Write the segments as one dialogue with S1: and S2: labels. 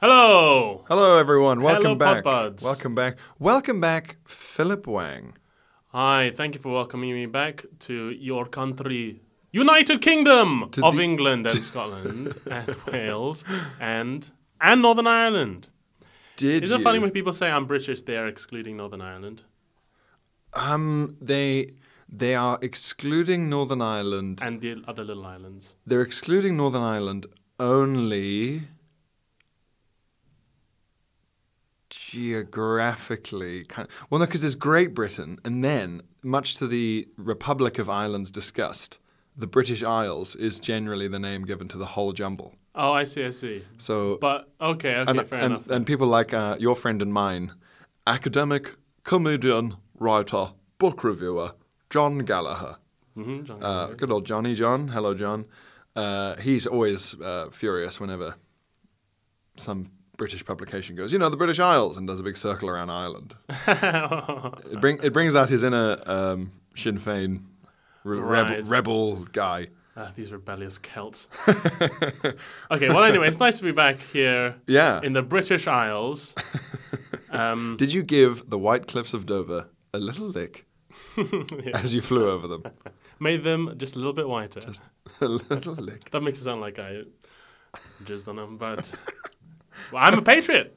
S1: Hello.
S2: Hello, everyone. Welcome
S1: Hello,
S2: back.
S1: Podbuds.
S2: Welcome back. Welcome back, Philip Wang.
S1: Hi, thank you for welcoming me back to your country, United Kingdom
S2: To
S1: of
S2: the-
S1: England and Scotland and Wales and and Northern Ireland.
S2: Did
S1: Isn't
S2: you?
S1: it funny when people say I'm British, they are excluding Northern Ireland?
S2: Um, they they are excluding Northern Ireland.
S1: And the other little islands.
S2: They're excluding Northern Ireland only geographically. Kind well, no, because there's Great Britain, and then, much to the Republic of Ireland's disgust, the British Isles is generally the name given to the whole jumble.
S1: Oh, I see, I see.
S2: So,
S1: But okay, okay,
S2: and,
S1: fair
S2: and,
S1: enough.
S2: and people like uh, your friend and mine, academic, comedian, writer, book reviewer, John Gallagher.
S1: Mhm, John.
S2: Uh, good old Johnny John. Hello, John. Uh, he's always uh, furious whenever some British publication goes, you know, the British Isles, and does a big circle around Ireland.
S1: Oh.
S2: it, bring, it brings out his inner um, Sinn Féin re-
S1: Right.
S2: rebel, rebel guy.
S1: Ah, these rebellious Celts. okay, well, anyway, it's nice to be back here
S2: Yeah.
S1: in the British Isles. Um,
S2: Did you give the White Cliffs of Dover a little lick as you flew over them?
S1: made them just a little bit whiter.
S2: a little lick.
S1: That makes it sound like I jizzed on them, but well, I'm a patriot.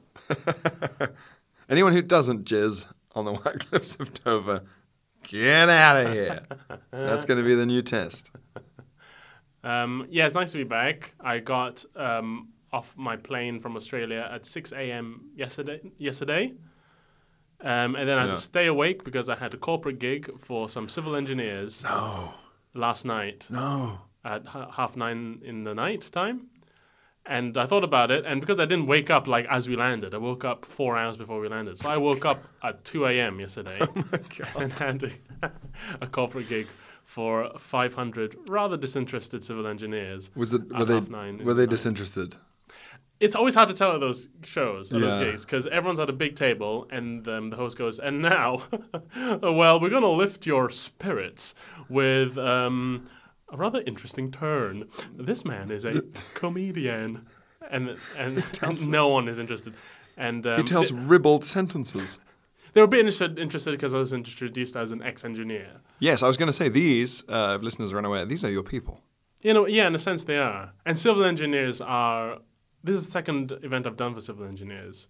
S2: Anyone who doesn't jizz on the White Cliffs of Dover, get out of here. That's going to be the new test.
S1: Um, yeah, it's nice to be back. I got um, off my plane from Australia at 6 a.m. yesterday. Yesterday, um, and then I had
S2: Yeah.
S1: to stay awake because I had a corporate gig for some civil engineers. Last night.
S2: No.
S1: at h- half nine in the night time. And I thought about it, and because I didn't wake up like as we landed, I woke up four hours before we landed. So I woke up at 2 a.m. yesterday
S2: Oh
S1: and had a, a corporate gig for 500 rather disinterested civil engineers.
S2: Was it
S1: at
S2: were they
S1: half nine in
S2: were
S1: the
S2: they
S1: night.
S2: disinterested?
S1: It's always hard to tell at those shows, at
S2: Yeah.
S1: those gigs, because everyone's at a big table, and um, the host goes, "And now, well, we're going to lift your spirits with um, a rather interesting turn. This man is a comedian, and and, and no one is interested." And um,
S2: He tells
S1: they,
S2: ribald sentences.
S1: they were a bit interested interested because I was introduced as an ex-engineer.
S2: Yes, I was going to say these. Uh, if listeners are unaware, these are your people.
S1: You know, yeah, in a sense they are. And civil engineers are. This is the second event I've done for civil engineers,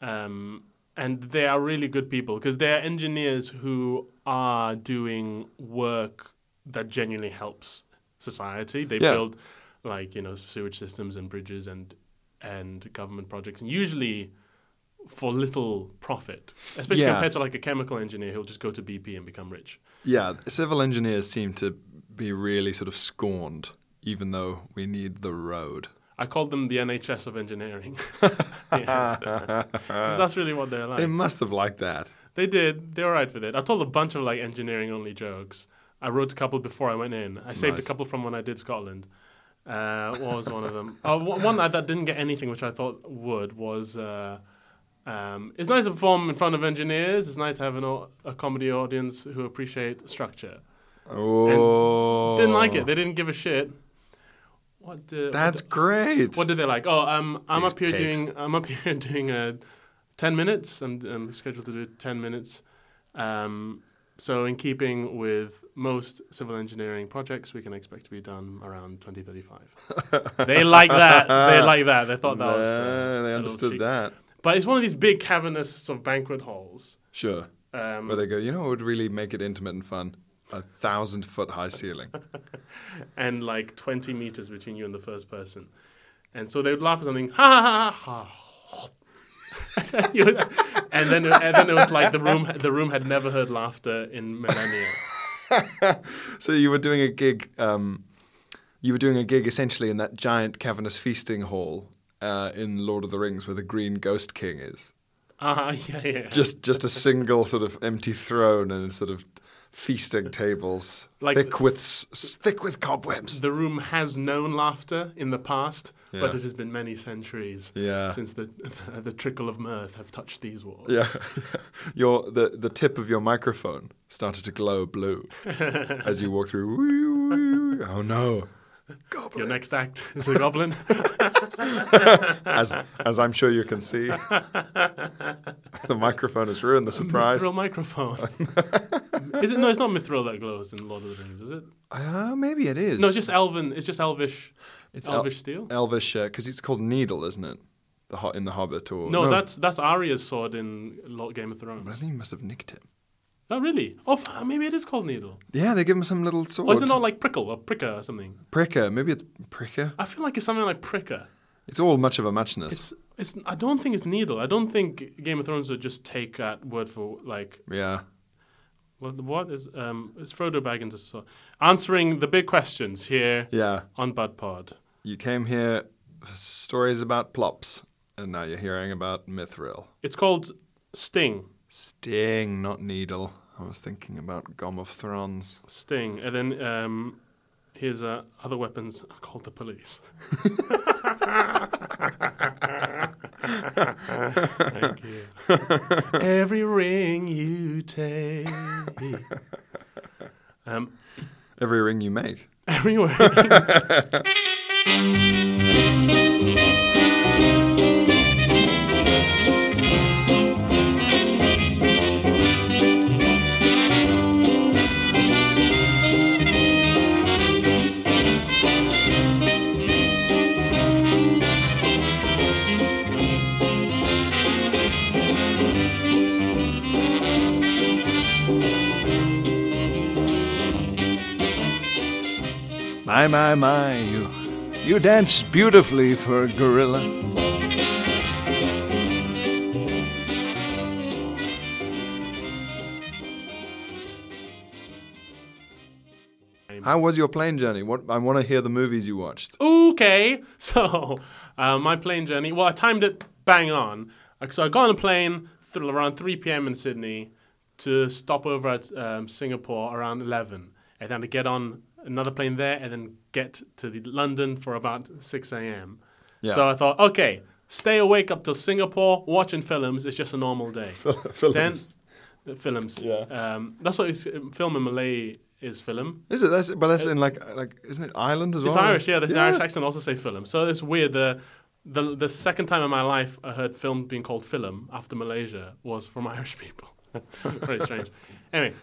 S1: um, and they are really good people because they are engineers who are doing work that genuinely helps society. They
S2: Yeah.
S1: build like you know sewage systems and bridges and and government projects, and usually for little profit, especially
S2: Yeah.
S1: compared to like a chemical engineer who'll just go to BP and become rich.
S2: Yeah, civil engineers seem to be really sort of scorned, even though we need the road.
S1: I called them the NHS of engineering. Yeah. 'Cause that's really what they're like.
S2: They must have liked that.
S1: They did. They were right with it. I told a bunch of like engineering only jokes. I wrote a couple before I went in. I saved a couple from when I did Scotland. Uh, what was one of them? Oh, one one that that didn't get anything, which I thought would, was uh, um, it's nice to perform in front of engineers. It's nice to have an, au- a comedy audience who appreciate structure.
S2: Oh,
S1: Didn't like it. They didn't give a shit. What did,
S2: That's great.
S1: what did they like? Oh, um, I'm
S2: These
S1: up here
S2: pigs.
S1: doing. I'm up here doing uh, ten minutes. I'm, I'm scheduled to do ten minutes. Um, so in keeping with most civil engineering projects, we can expect to be done around 2035. they like that. They like that. They thought that was.
S2: Yeah,
S1: Uh,
S2: they
S1: a little
S2: understood
S1: cheeky.
S2: that.
S1: But it's one of these big cavernous sort of banquet halls.
S2: Sure.
S1: Um,
S2: Where they go, you know what would really make it intimate and fun? A thousand foot high ceiling.
S1: and like 20 meters between you and the first person. And so they would laugh at something, ha ha ha ha. You would- and then, and then it was like the room, the room had never heard laughter in millennia.
S2: so you were doing a gig. Um, you were doing a gig essentially in that giant cavernous feasting hall uh, in Lord of the Rings where the Green Ghost King is.
S1: Ah, yeah, yeah.
S2: Just just a single sort of empty throne and sort of feasting tables
S1: Like-
S2: thick with s- s- thick with cobwebs.
S1: the room has known laughter in the past, but it has been many centuries
S2: Yeah.
S1: since the the trickle of mirth have touched these walls.
S2: Yeah, your the the tip of your microphone started to glow blue as you walk through. Oh no!
S1: Your next act is a goblin.
S2: As as I'm sure you can see, the microphone has
S1: Um,
S2: ruined the surprise.
S1: Mithril microphone. is it? No, it's not mithril that glows in Lord of the Rings, is it?
S2: Uh, maybe it is.
S1: No, it's just elven. It's just elvish.
S2: It's el-
S1: elvish steel.
S2: Elvish, because it's called needle, isn't it? The ho- in the Hobbit or
S1: no, that's that's Arya's sword in Lord Game of Thrones.
S2: I think he must have nicked it.
S1: Oh, really? Oh, f- maybe it is called needle.
S2: Yeah, they give him some little sword.
S1: Or Oh, is it not like prickle or pricker or something?
S2: pricker? Maybe it's pricker.
S1: I feel like it's something like pricker.
S2: It's all much of a matchness.
S1: It's, it's. I don't think it's needle. I don't think Game of Thrones would just take that word for like
S2: yeah.
S1: what, what is um is Frodo Baggins a sword? answering the big questions here
S2: Yeah.
S1: on Bud Pod.
S2: You came here for stories about plops, and now you're hearing about mithril.
S1: It's called Sting,
S2: Sting, not needle. I was thinking about Gom of Thrones.
S1: Sting, and then um his uh, other weapons are called the police. Thank you. Every ring you take. Um,
S2: Every ring you make.
S1: everywhere.
S3: My, my, my, you, you dance beautifully for a gorilla.
S2: How was your plane journey? What I want to hear the movies you watched.
S1: okay. So, uh, my plane journey. Well, I timed it bang on. Uh, So I got on a plane th- around 3 p.m. in Sydney to stop over at um, Singapore around 11, and then to get on another plane there, and then get to the London for about 6 a.m. So I thought, okay, stay awake up till Singapore watching films. It's just a normal day.
S2: films.
S1: Then, uh, films. Yeah. Um, that's what it's, film in Malay is film.
S2: Is it? That's, but that's in like like isn't it Ireland as
S1: Uh, It's
S2: well?
S1: Irish, yeah. There's an Irish accent. Also say film. So it's weird. The, the the second time in my life I heard film being called film after Malaysia was from Irish people. Very strange. Anyway,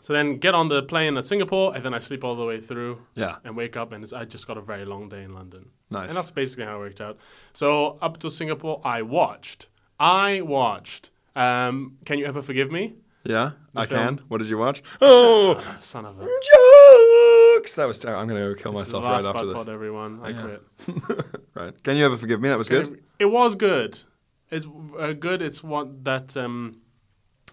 S1: so then get on the plane at Singapore, and then I sleep all the way through.
S2: Yeah.
S1: And wake up, and it's, I just got a very long day in London.
S2: Nice.
S1: And that's basically how it worked out. So up to Singapore, I watched. I watched. Um, Can you ever forgive me?
S2: Yeah, I
S1: film.
S2: can. What did you watch? Oh,
S1: Son of a.
S2: jokes! That was. ter- I'm going to kill myself
S1: last
S2: right after
S1: Bud
S2: this.
S1: Pod, everyone. I quit.
S2: Right? Can you ever forgive me? That was good.
S1: It, it was good. It's uh, good. It's what that. Um,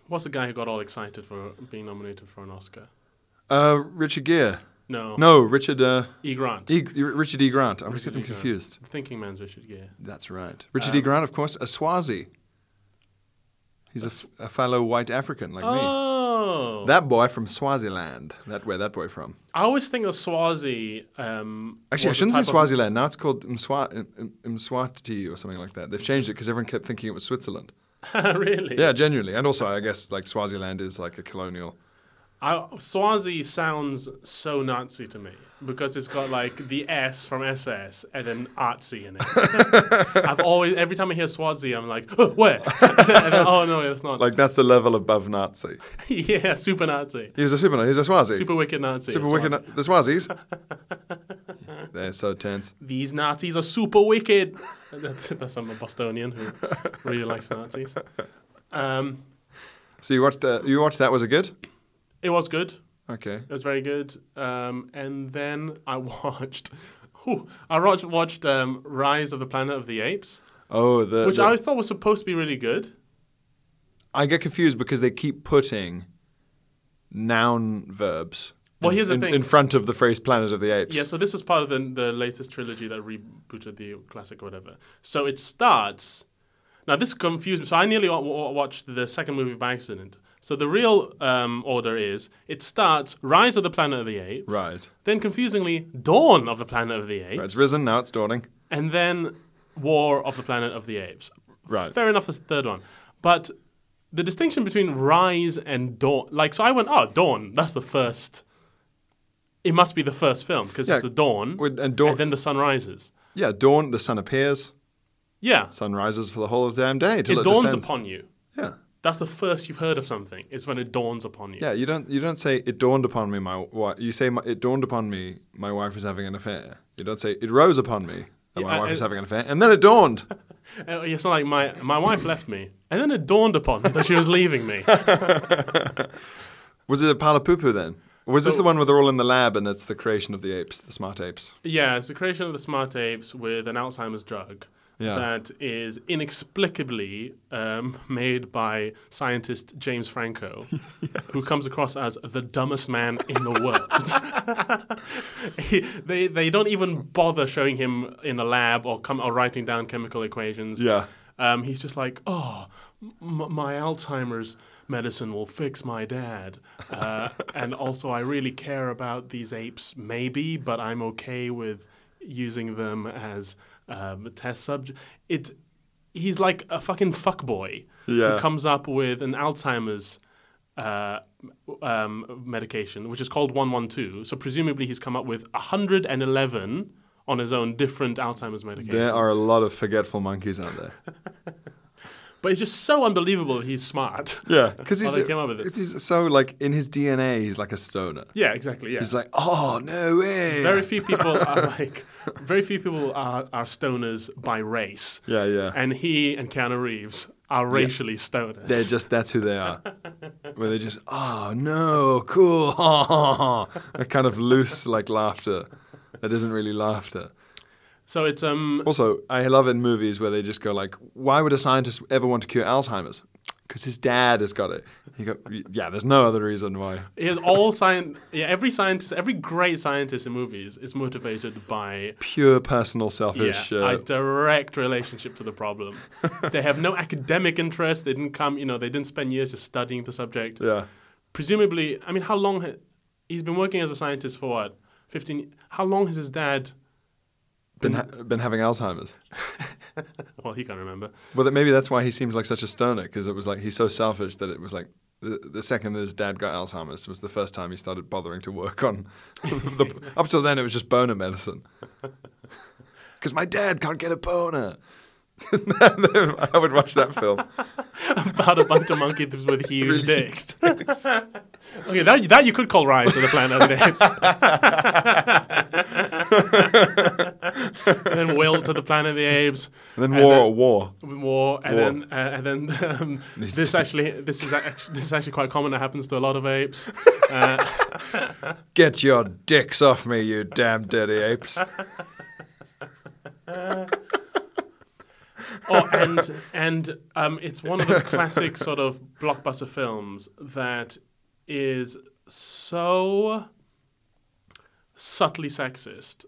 S1: what's the guy who got all excited for being nominated for an Oscar?
S2: Uh, Richard Gere.
S1: No.
S2: No, Richard. Uh,
S1: E. Grant.
S2: e, Richard E. Grant. I always get them confused.
S1: The Thinking Man's Richard Gere.
S2: That's right. Richard E. Grant, of course, a Swazi. He's a, f- a fellow white African like me.
S1: Oh.
S2: That boy from Swaziland. That where that boy from?
S1: I always think of Swazi. Um,
S2: Actually, I
S1: was a
S2: shouldn't say
S1: type of-
S2: Swaziland. Now it's called Mswa- M- M- Mswati or something like that. They've changed it because everyone kept thinking it was Switzerland.
S1: really?
S2: Yeah, genuinely. And also, I guess like Swaziland is like a colonial.
S1: I, Swazi sounds so Nazi to me because it's got like the S from SS and then artsy in it. I've always, every time I hear Swazi, I'm like, "Huh, where? And then, oh no, it's not.
S2: Like that's the level above Nazi.
S1: yeah, super Nazi.
S2: He was a super. He was a Swazi.
S1: Super wicked Nazi.
S2: Super
S1: it's
S2: wicked.
S1: Nazi.
S2: The Swazis. They're so tense.
S1: These Nazis are super wicked. That's that's I'm a Bostonian who really likes Nazis. Um,
S2: So you watched uh, you watched that was it good?
S1: it was good.
S2: Okay.
S1: It was very good. Um, and then I watched. Ooh, I watched, watched um, Rise of the Planet of the Apes,
S2: Oh, the
S1: which
S2: the-
S1: I always thought was supposed to be really good.
S2: I get confused because they keep putting noun verbs
S1: Well, here's the
S2: in,
S1: thing.
S2: in front of the phrase "Planet of the Apes."
S1: Yeah, so this was part of the, the latest trilogy that rebooted the classic or whatever. So it starts. Now, this confused me. So I nearly wa- wa- watched the second movie by accident. So the real um, order is it starts Rise of the Planet of the Apes.
S2: Right.
S1: Then, confusingly, Dawn of the Planet of the Apes.
S2: Right, it's risen now. It's dawning.
S1: And then War of the Planet of the Apes.
S2: Right.
S1: Fair enough, that's the third one. But the distinction between Rise and Dawn, like, so I went, oh, Dawn, that's the first. It must be the first film because
S2: Yeah,
S1: it's the dawn,
S2: with- and dawn-
S1: then the sun rises.
S2: Yeah, dawn. The sun appears.
S1: Yeah,
S2: Sun rises for the whole of the damn day. Till
S1: it
S2: it,
S1: dawns
S2: descends.
S1: upon you.
S2: Yeah,
S1: That's the first you've heard of something. It's when it dawns upon you.
S2: yeah. You don't. You don't say it dawned upon me. My wife. You say my, it dawned upon me. My wife was having an affair. You don't say it rose upon me. That my
S1: Yeah,
S2: wife was
S1: I-
S2: having an affair, and then it dawned.
S1: Uh, It's not like my my wife left me, and then it dawned upon me that she was leaving me.
S2: Was it a pile of poo poo then? Or was this the one where they're all in the lab and it's the creation of the apes, the smart apes?
S1: Yeah, it's the creation of the smart apes with an Alzheimer's drug
S2: Yeah.
S1: that is inexplicably um, made by scientist James Franco, who comes across as the dumbest man in the world. he, they they don't even bother showing him in a lab or come or writing down chemical equations.
S2: Yeah.
S1: Um, he's just like, oh, m- my Alzheimer's medicine will fix my dad. Uh, and also, I really care about these apes, maybe, but I'm okay with using them as um, test subject. It, he's like a fucking fuckboy
S2: Yeah.
S1: who comes up with an Alzheimer's uh, um, medication, which is called 112. So presumably he's come up with 111 on his own different Alzheimer's medications.
S2: There are a lot of forgetful monkeys out there.
S1: But it's just so unbelievable that he's smart.
S2: Yeah, because he's,
S1: Well, Oh, they came up with it.
S2: 'cause he's so like in his DNA, he's like a stoner.
S1: Yeah, exactly. Yeah.
S2: He's like, oh no way.
S1: very few people are like, very few people are, are stoners by race.
S2: Yeah, yeah.
S1: And he and Keanu Reeves are racially stoners.
S2: They're just that's who they are. Where they just oh no, cool, a kind of loose like laughter that isn't really laughter.
S1: so it's um
S2: Also, I love in movies where they just go like, why would a scientist ever want to cure Alzheimer's? Because his dad has got it. You go, yeah, there's no other reason why.
S1: Is all science, yeah, every scientist, every great scientist in movies is motivated by
S2: Pure personal
S1: yeah,
S2: selfish.
S1: a
S2: uh,
S1: direct relationship to the problem. they have no academic interest. They didn't come, you know, they didn't spend years just studying the subject.
S2: yeah.
S1: Presumably, I mean, how long ha- he's been working as a scientist for what? 15 How long has his dad,
S2: Been, ha- been having Alzheimer's.
S1: well, he can't remember.
S2: Well, that maybe that's why he seems like such a stoner, because it was like he's so selfish that it was like the, the second that his dad got Alzheimer's was the first time he started bothering to work on. the, up till then, it was just boner medicine. Because my dad can't get a boner. I would watch that film.
S1: About a bunch of monkeys with huge
S2: Really
S1: dicks. okay, that, that you could call Rise of the Planet of the Apes. and then Will to the Planet of the Apes.
S2: And then war or war.
S1: war, and
S2: War.
S1: then uh, and then um, this actually this is actually, this is actually quite common. It happens to a lot of apes.
S2: Get your dicks off me, you damn dirty apes.
S1: Oh, and and um, it's one of those classic sort of blockbuster films that is so subtly sexist.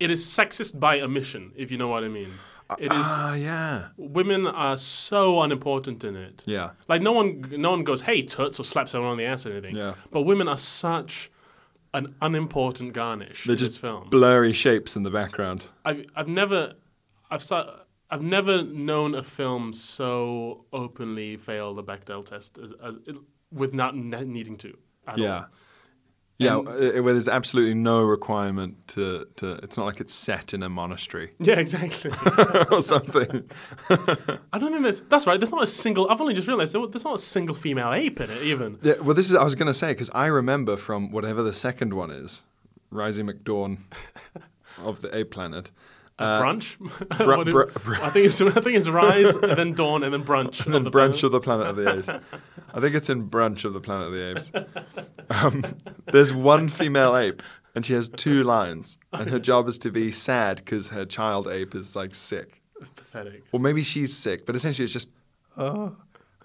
S1: It is sexist by omission, if you know what I mean. It is
S2: Ah, yeah.
S1: women are so unimportant in it.
S2: Yeah.
S1: Like no one, no one goes, "Hey, toots," or slaps someone on the ass or anything.
S2: Yeah.
S1: But women are such an unimportant garnish
S2: They're
S1: in this
S2: just
S1: film.
S2: blurry shapes in the background.
S1: I've, I've never, I've saw, I've never known a film so openly fail the Bechdel test as, as it, without ne- needing to. At all.
S2: Yeah. Yeah, uh, where there's absolutely no requirement to, to. It's not like it's set in a monastery
S1: Yeah, exactly.
S2: or something.
S1: I don't think there's. That's right. There's not a single. I've only just realised there, there's not a single female ape in it even.
S2: Yeah, well, this is. I was going to say because I remember from whatever the second one is, Rising McDawn of the Ape Planet. Uh,
S1: brunch.
S2: bru-
S1: What do-
S2: bru- bru-
S1: I think it's I think it's rise and then dawn and then brunch.
S2: And then Brunch of the Planet of the Apes. I think it's in Brunch of the Planet of the Apes. Um, there's one female ape, and she has two lines, and her job is to be sad because her child ape is like sick.
S1: Pathetic.
S2: Or maybe she's sick, but essentially it's just, oh,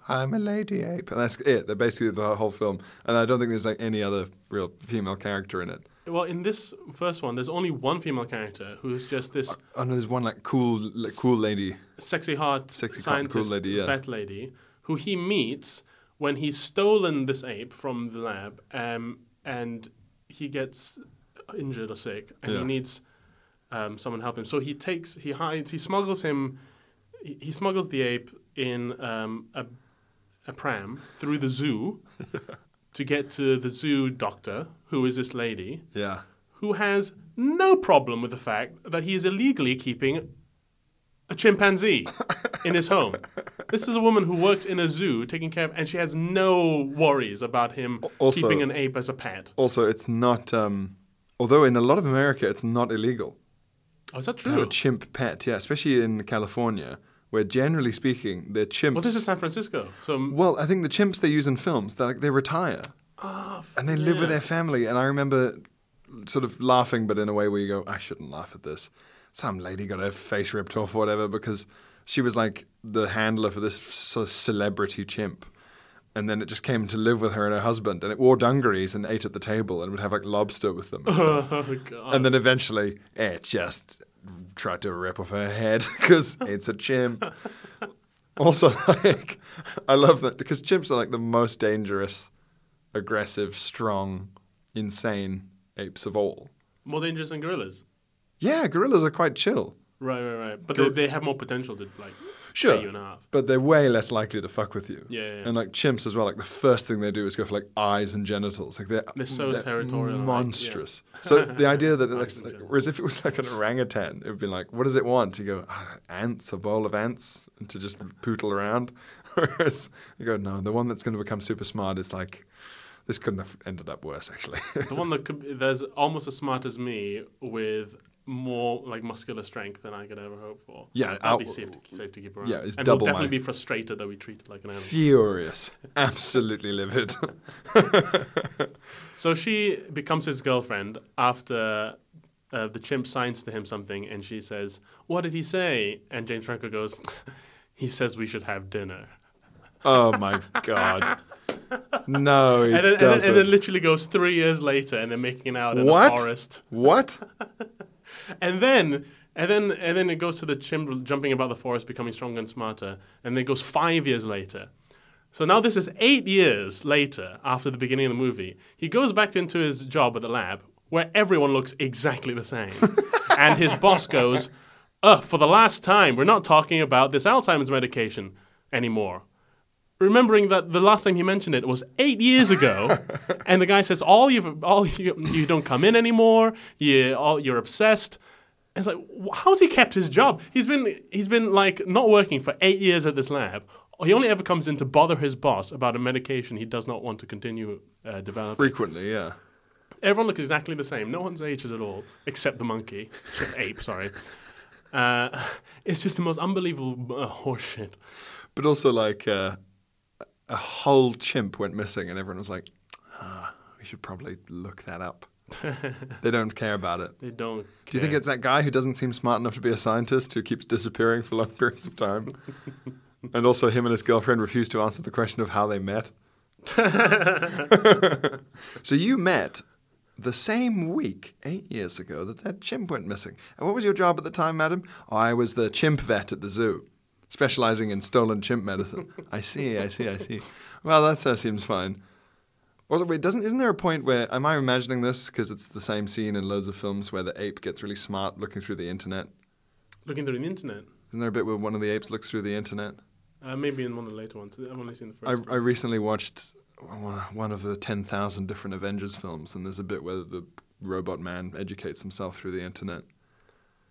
S2: I'm a lady ape. And that's it. That's basically the whole film. And I don't think there's like any other real female character in it.
S1: Well, in this first one, there's only one female character who's just this
S2: Oh no, there's one like cool, like, cool lady.
S1: sexy hot
S2: Sexy cotton
S1: scientist
S2: cool lady, yeah.
S1: vet lady who he meets when he's stolen this ape from the lab um, and he gets injured or sick and
S2: Yeah.
S1: he needs um, someone to help him so he takes he hides he smuggles him he, he smuggles the ape in um, a, a pram through the zoo to get to the zoo doctor who is this lady
S2: Yeah.
S1: who has no problem with the fact that he is illegally keeping a chimpanzee in his home. This is a woman who works in a zoo taking care of, and she has no worries about him
S2: also-
S1: keeping an ape as a pet.
S2: Also, it's not. Um, although in a lot of America, it's not illegal
S1: Oh, is that
S2: to have
S1: true?
S2: a chimp pet. Yeah, especially in California, where generally speaking, they're chimps.
S1: Well, this is San Francisco. So,
S2: Well, I think the chimps they use in films, they like they retire, and they live with their family. And I remember sort of laughing, but in a way where you go, I shouldn't laugh at this. Some lady got her face ripped off, or whatever, because she was like the handler for this f- sort of celebrity chimp. And then it just came to live with her and her husband, and it wore dungarees and ate at the table and would have like lobster with them. And, stuff.
S1: oh, God.
S2: and then eventually, it just tried to rip off her head because it's a chimp. Also, like, I love that because chimps are like the most dangerous, aggressive, strong, insane apes of all.
S1: more dangerous than gorillas.
S2: Yeah, gorillas are quite chill.
S1: Right, right, right. But they, they have more potential to, like,
S2: Sure.
S1: pay you and a half.
S2: But they're way less likely to fuck with you.
S1: Yeah, yeah, yeah.
S2: And like chimps as well, like the first thing they do is go for like eyes and genitals. Like they're,
S1: They're so territorial, like, yeah.
S2: monstrous. So the idea that it's like, whereas if it was like an orangutan, it would be like, what does it want? You go "Ah, ants, a bowl of ants, and to just poodle around. Whereas you go, no, the one that's going to become super smart is like, this couldn't have ended up worse actually.
S1: The one that could, there's almost as smart as me with more like muscular strength than I could ever hope for.
S2: Yeah,
S1: that'd
S2: I'll-
S1: be safe to, safe to keep around.
S2: Yeah, it's
S1: and
S2: double
S1: we'll definitely
S2: my-
S1: be frustrated that we treat it like an animal.
S2: Furious, absolutely livid.
S1: So she becomes his girlfriend after uh, the chimp signs to him something, and she says, "What did he say?" And James Franco goes, "He says we should have dinner."
S2: oh my god. No,
S1: And then,
S2: it
S1: and, then,
S2: doesn't.
S1: and then literally goes three years later, and they're making out in
S2: What?
S1: a forest.
S2: What?
S1: And then and then and then it goes to the chimp jumping about the forest, becoming stronger and smarter. And then it goes five years later. So now this is eight years later after the beginning of the movie. He goes back into his job at the lab where everyone looks exactly the same. and his boss goes, Uh, for the last time, we're not talking about this Alzheimer's medication anymore. Remembering that the last time he mentioned it was eight years ago, and the guy says, "All you, all you, you don't come in anymore. You, all, you're obsessed." And it's like, wh- how's he kept his job? He's been he's been like not working for eight years at this lab. He only ever comes in to bother his boss about a medication he does not want to continue uh, developing.
S2: Frequently, yeah.
S1: Everyone looks exactly the same. No one's aged at all, except the monkey, except the ape. Sorry. Uh, it's just the most unbelievable uh, horseshit.
S2: But also, like, uh, a whole chimp went missing, and everyone was like, ah, we should probably look that up. they don't care about it.
S1: They don't.
S2: Do you think it's that guy who doesn't seem smart enough to be a scientist who keeps disappearing for long periods of time? and also, him and his girlfriend refuse to answer the question of how they met. so, you met the same week, eight years ago, that that chimp went missing. And what was your job at the time, madam? I was the chimp vet at the zoo, specializing in stolen chimp medicine. I see, I see, I see. Well, that uh, seems fine. Also, wait, doesn't isn't there a point where am I imagining this because it's the same scene in loads of films where the ape gets really smart looking through the internet?
S1: looking through the internet?
S2: Isn't there a bit where one of the apes looks through the internet?
S1: Uh, maybe in one of the later ones. I've only seen the first.
S2: I, I recently watched one one of the ten thousand different Avengers films, and there's a bit where the robot man educates himself through the internet.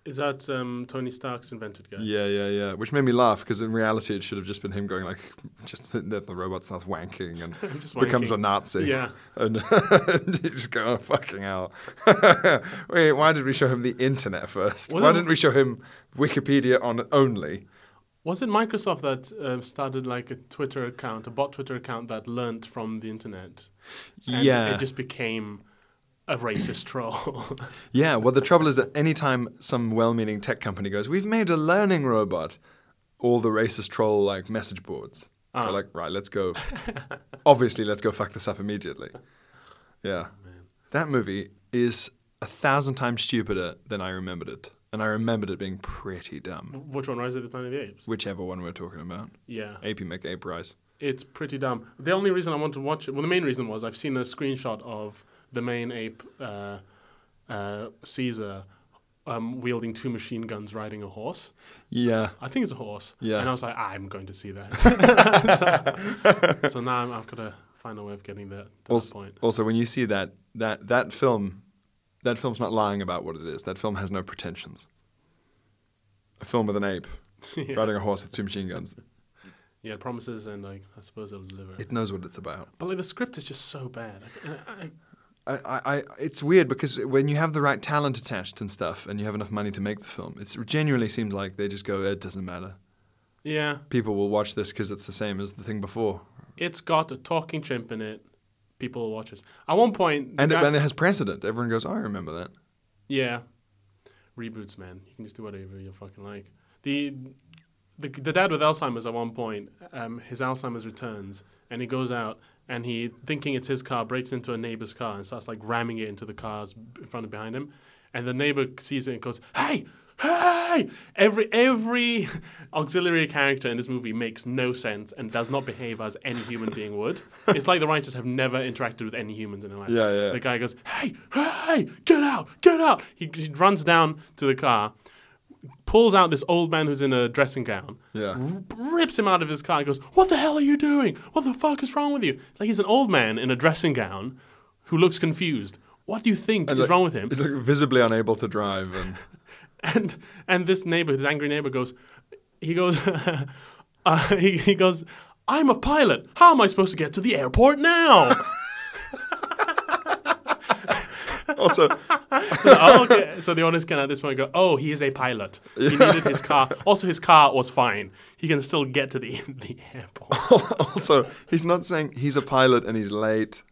S1: Is that um, Tony Stark's invented guy?
S2: Yeah, yeah, yeah. Which made me laugh because in reality it should have just been him going like, just that the robot starts wanking and
S1: Just
S2: becomes
S1: wanking.
S2: a Nazi.
S1: Yeah.
S2: and you just go, oh, fucking hell. Wait, why did we show him the internet first?
S1: Well,
S2: why
S1: then-
S2: didn't we show him Wikipedia on only?
S1: Was it Microsoft that um, started like a Twitter account, a bot Twitter account that learnt from the internet? And
S2: Yeah.
S1: It just became a racist troll.
S2: Yeah, well, the trouble is that anytime some well meaning tech company goes, we've made a learning robot, all the racist troll like message boards They're like, right, let's go. Obviously, let's go fuck this up immediately. Yeah. that movie is a thousand times stupider than I remembered it. And I remembered it being pretty dumb.
S1: Which one, Rise of the Planet of the Apes?
S2: Whichever one we're talking about.
S1: Oh. Yeah.
S2: AP make Ape Rise.
S1: It's pretty dumb. The only reason I wanted to watch it, well, the main reason was I've seen a screenshot of the main ape, uh, uh, Caesar, um, wielding two machine guns riding a horse.
S2: Yeah.
S1: I think it's a horse.
S2: Yeah.
S1: And I was like, "Ah, I'm going to see that. so, so now I'm, I've got to find a way of getting there to that
S2: Also,
S1: point.
S2: also, when you see that, that, that film, that film's not lying about what it is. That film has no pretensions. A film with an ape riding a horse with two machine guns.
S1: Yeah, promises and like, I suppose it'll deliver.
S2: It knows what it's about.
S1: but like the script is just so bad. I, I,
S2: I, I, I- it's weird because when you have the right talent attached and stuff, and you have enough money to make the film, it's- it genuinely seems like they just go, "Eh, it doesn't matter.
S1: yeah,
S2: People will watch this because it's the same as the thing before,
S1: it's got a talking chimp in it. People watch this. At one point, the
S2: and it,
S1: guy-
S2: and it has precedent. Everyone goes, oh, I remember that.
S1: Yeah, reboots, man. You can just do whatever you fucking like. The the, the dad with Alzheimer's at one point, um, his Alzheimer's returns, and he goes out and he thinking it's his car breaks into a neighbor's car and starts like ramming it into the cars b- in front and behind him, and the neighbor sees it and goes, "Hey!" Hey! Every every auxiliary character in this movie makes no sense and does not behave as any human being would. It's like the writers have never interacted with any humans in their life.
S2: Yeah, yeah.
S1: The guy goes, "Hey, hey, get out, get out!" He, he runs down to the car, pulls out this old man who's in a dressing gown,
S2: Yeah.
S1: r- rips him out of his car, and goes, "What the hell are you doing? What the fuck is wrong with you?" It's like he's an old man in a dressing gown who looks confused. What do you think is
S2: Like,
S1: wrong with him?
S2: He's like visibly unable to drive, and
S1: and and this neighbor, his angry neighbor, goes, he goes, uh, he, he goes, I'm a pilot. How am I supposed to get to the airport now?
S2: also,
S1: oh, okay. So the owners can at this point go, oh, he is a pilot. He needed his car. Also, his car was fine. He can still get to the, the airport.
S2: also, he's not saying he's a pilot and he's late.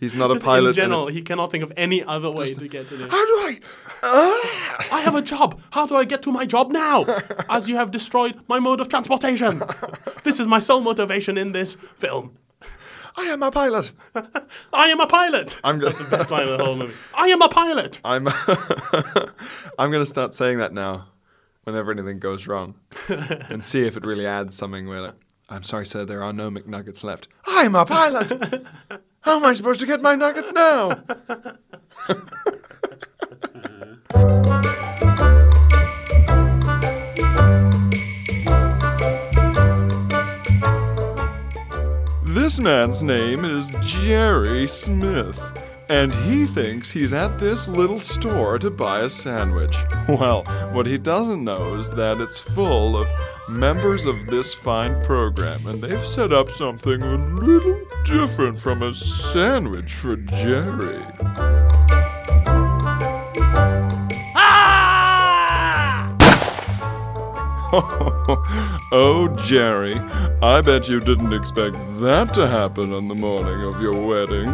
S2: He's not
S1: Just
S2: a pilot.
S1: in general,
S2: and
S1: he cannot think of any other way to get to
S2: it's,
S1: the
S2: how do I? Ah!
S1: I have a job. How do I get to my job now? As you have destroyed my mode of transportation. this is my sole motivation in this film.
S2: I am a pilot.
S1: I am a pilot.
S2: I'm go-
S1: That's the best line of the whole movie. I am a pilot.
S2: I'm I'm gonna start saying that now, whenever anything goes wrong, and see if it really adds something. Where like, I'm sorry, sir, there are no McNuggets left. I'm a pilot. How am I supposed to get my nuggets now? This man's name is Jerry Smith, and he thinks he's at this little store to buy a sandwich. Well, what he doesn't know is that it's full of members of this fine program, and they've set up something a little different from a sandwich for Jerry.
S1: Ah!
S2: oh, Jerry, I bet you didn't expect that to happen on the morning of your wedding.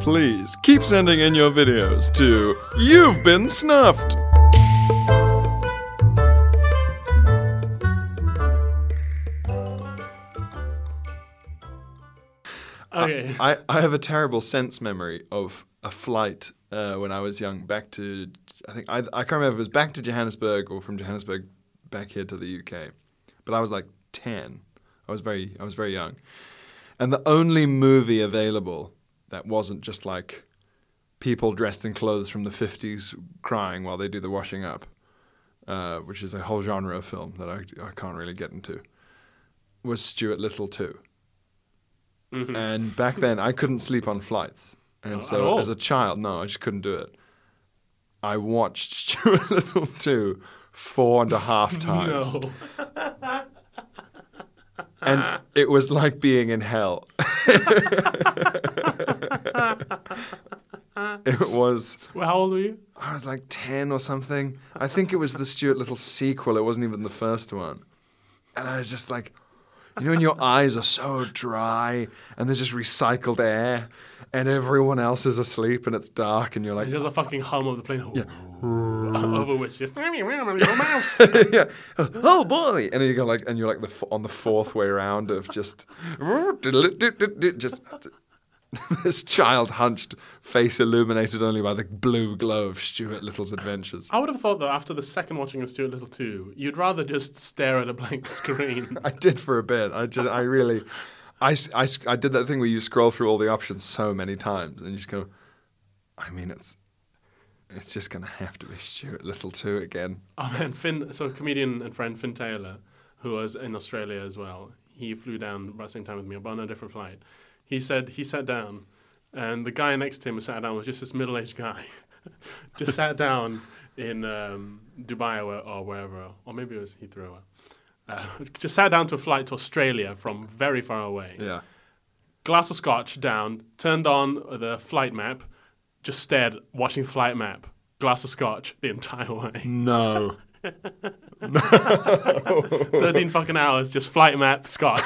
S2: Please keep sending in your videos to You've Been Snuffed.
S1: Okay.
S2: I, I have a terrible sense memory of a flight uh, when I was young back to, I think, I, I can't remember if it was back to Johannesburg or from Johannesburg back here to the UK. But I was like 10. I was very, I was very young. And the only movie available that wasn't just like people dressed in clothes from the 50s crying while they do the washing up, uh, which is a whole genre of film that I, I can't really get into, was Stuart Little too. And back then, I couldn't sleep on flights. And
S1: Mm-hmm. at
S2: so
S1: all?
S2: as a child, no, I just couldn't do it. I watched Stuart Little 2 four and a half times.
S1: No.
S2: And it was like being in hell. it was,
S1: Well, how old were you?
S2: I was like 10 or something. I think it was the Stuart Little sequel. It wasn't even the first one. And I was just like, You know, when your eyes are so dry and there's just recycled air and everyone else is asleep and it's dark and you're like,
S1: It's just a fucking hum of the plane. Over which just mouse.
S2: yeah, oh boy, and you go like, and you're like the f- on the fourth way round of just, just this child hunched face illuminated only by the blue glow of Stuart Little's adventures.
S1: I would have thought though, after the second watching of Stuart Little 2, you'd rather just stare at a blank screen.
S2: I did for a bit. I just, I really, I, s- I s- I did that thing where you scroll through all the options so many times and you just go, I mean, it's, it's just gonna have to be Stuart Little too again.
S1: Oh man, Finn, so comedian and friend Finn Taylor, who was in Australia as well, he flew down about the same time with me, but on a different flight. He said he sat down, and the guy next to him who sat down was just this middle aged guy. just sat down in um, Dubai or, or wherever, or maybe it was Heathrow. Uh, just sat down to a flight to Australia from very far away
S2: Yeah.
S1: glass of scotch down, turned on the flight map, just stared, watching the flight map, glass of scotch the entire way.
S2: No.
S1: 13 fucking hours, just flight map, scotch.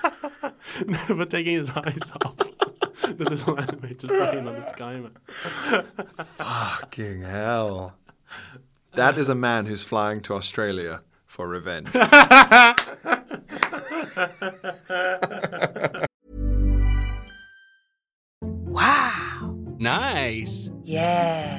S1: Never taking his eyes off the little animated plane on the sky map.
S2: Fucking hell. That is a man who's flying to Australia for revenge.
S4: Nice. Yeah.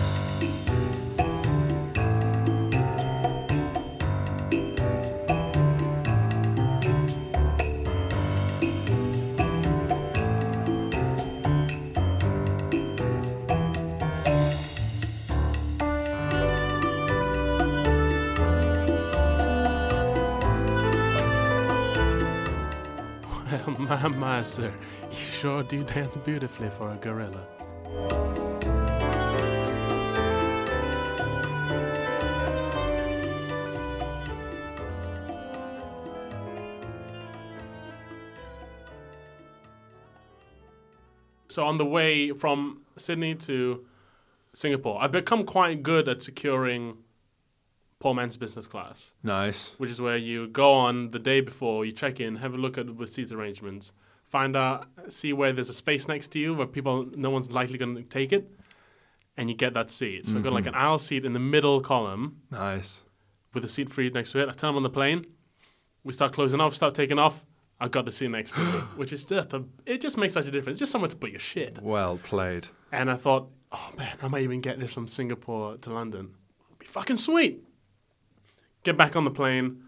S1: Well, my, my, sir, you sure do dance beautifully for a gorilla. So on the way from Sydney to Singapore, I've become quite good at securing poor man's business class
S2: nice.
S1: which is where you go on the day before, you check in, have a look at the seats arrangements, find out, see where there's a space next to you where people, no one's likely going to take it, and you get that seat. So I got like an aisle seat in the middle column
S2: Nice.
S1: with a seat free next to it. I turn on the plane, we start closing off, start taking off. I got the seat next to me, which is just a, it just makes such a difference. Just somewhere to put your shit.
S2: Well played.
S1: And I thought, oh man, I might even get this from Singapore to London. It'd be fucking sweet. Get back on the plane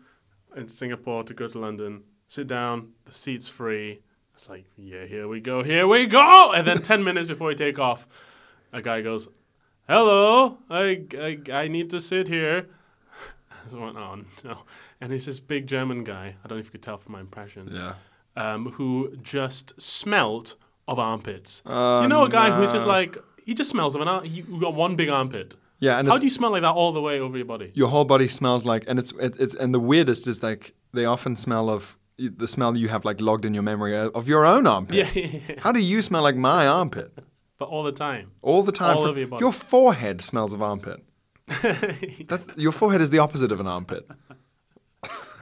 S1: in Singapore to go to London. Sit down, the seat's free. It's like, yeah, here we go, here we go. And then 10 minutes before we take off, a guy goes, hello, I, I, I need to sit here. I went, oh no. And he's this big German guy. I don't know if you could tell from my impression
S2: Yeah.
S1: um, who just smelt of armpits.
S2: Uh,
S1: you know, a guy who's just like he just smells of an arm. You you got one big armpit.
S2: Yeah, and
S1: how
S2: it's-
S1: do you smell like that all the way over your body?
S2: Your whole body smells like, and it's, it, it's and the weirdest is like they often smell of the smell you have like logged in your memory uh, of your own armpit. How do you smell like my armpit?
S1: But all the time.
S2: All the time.
S1: All
S2: for-
S1: over your body.
S2: forehead smells of armpit. That's, your forehead is the opposite of an armpit.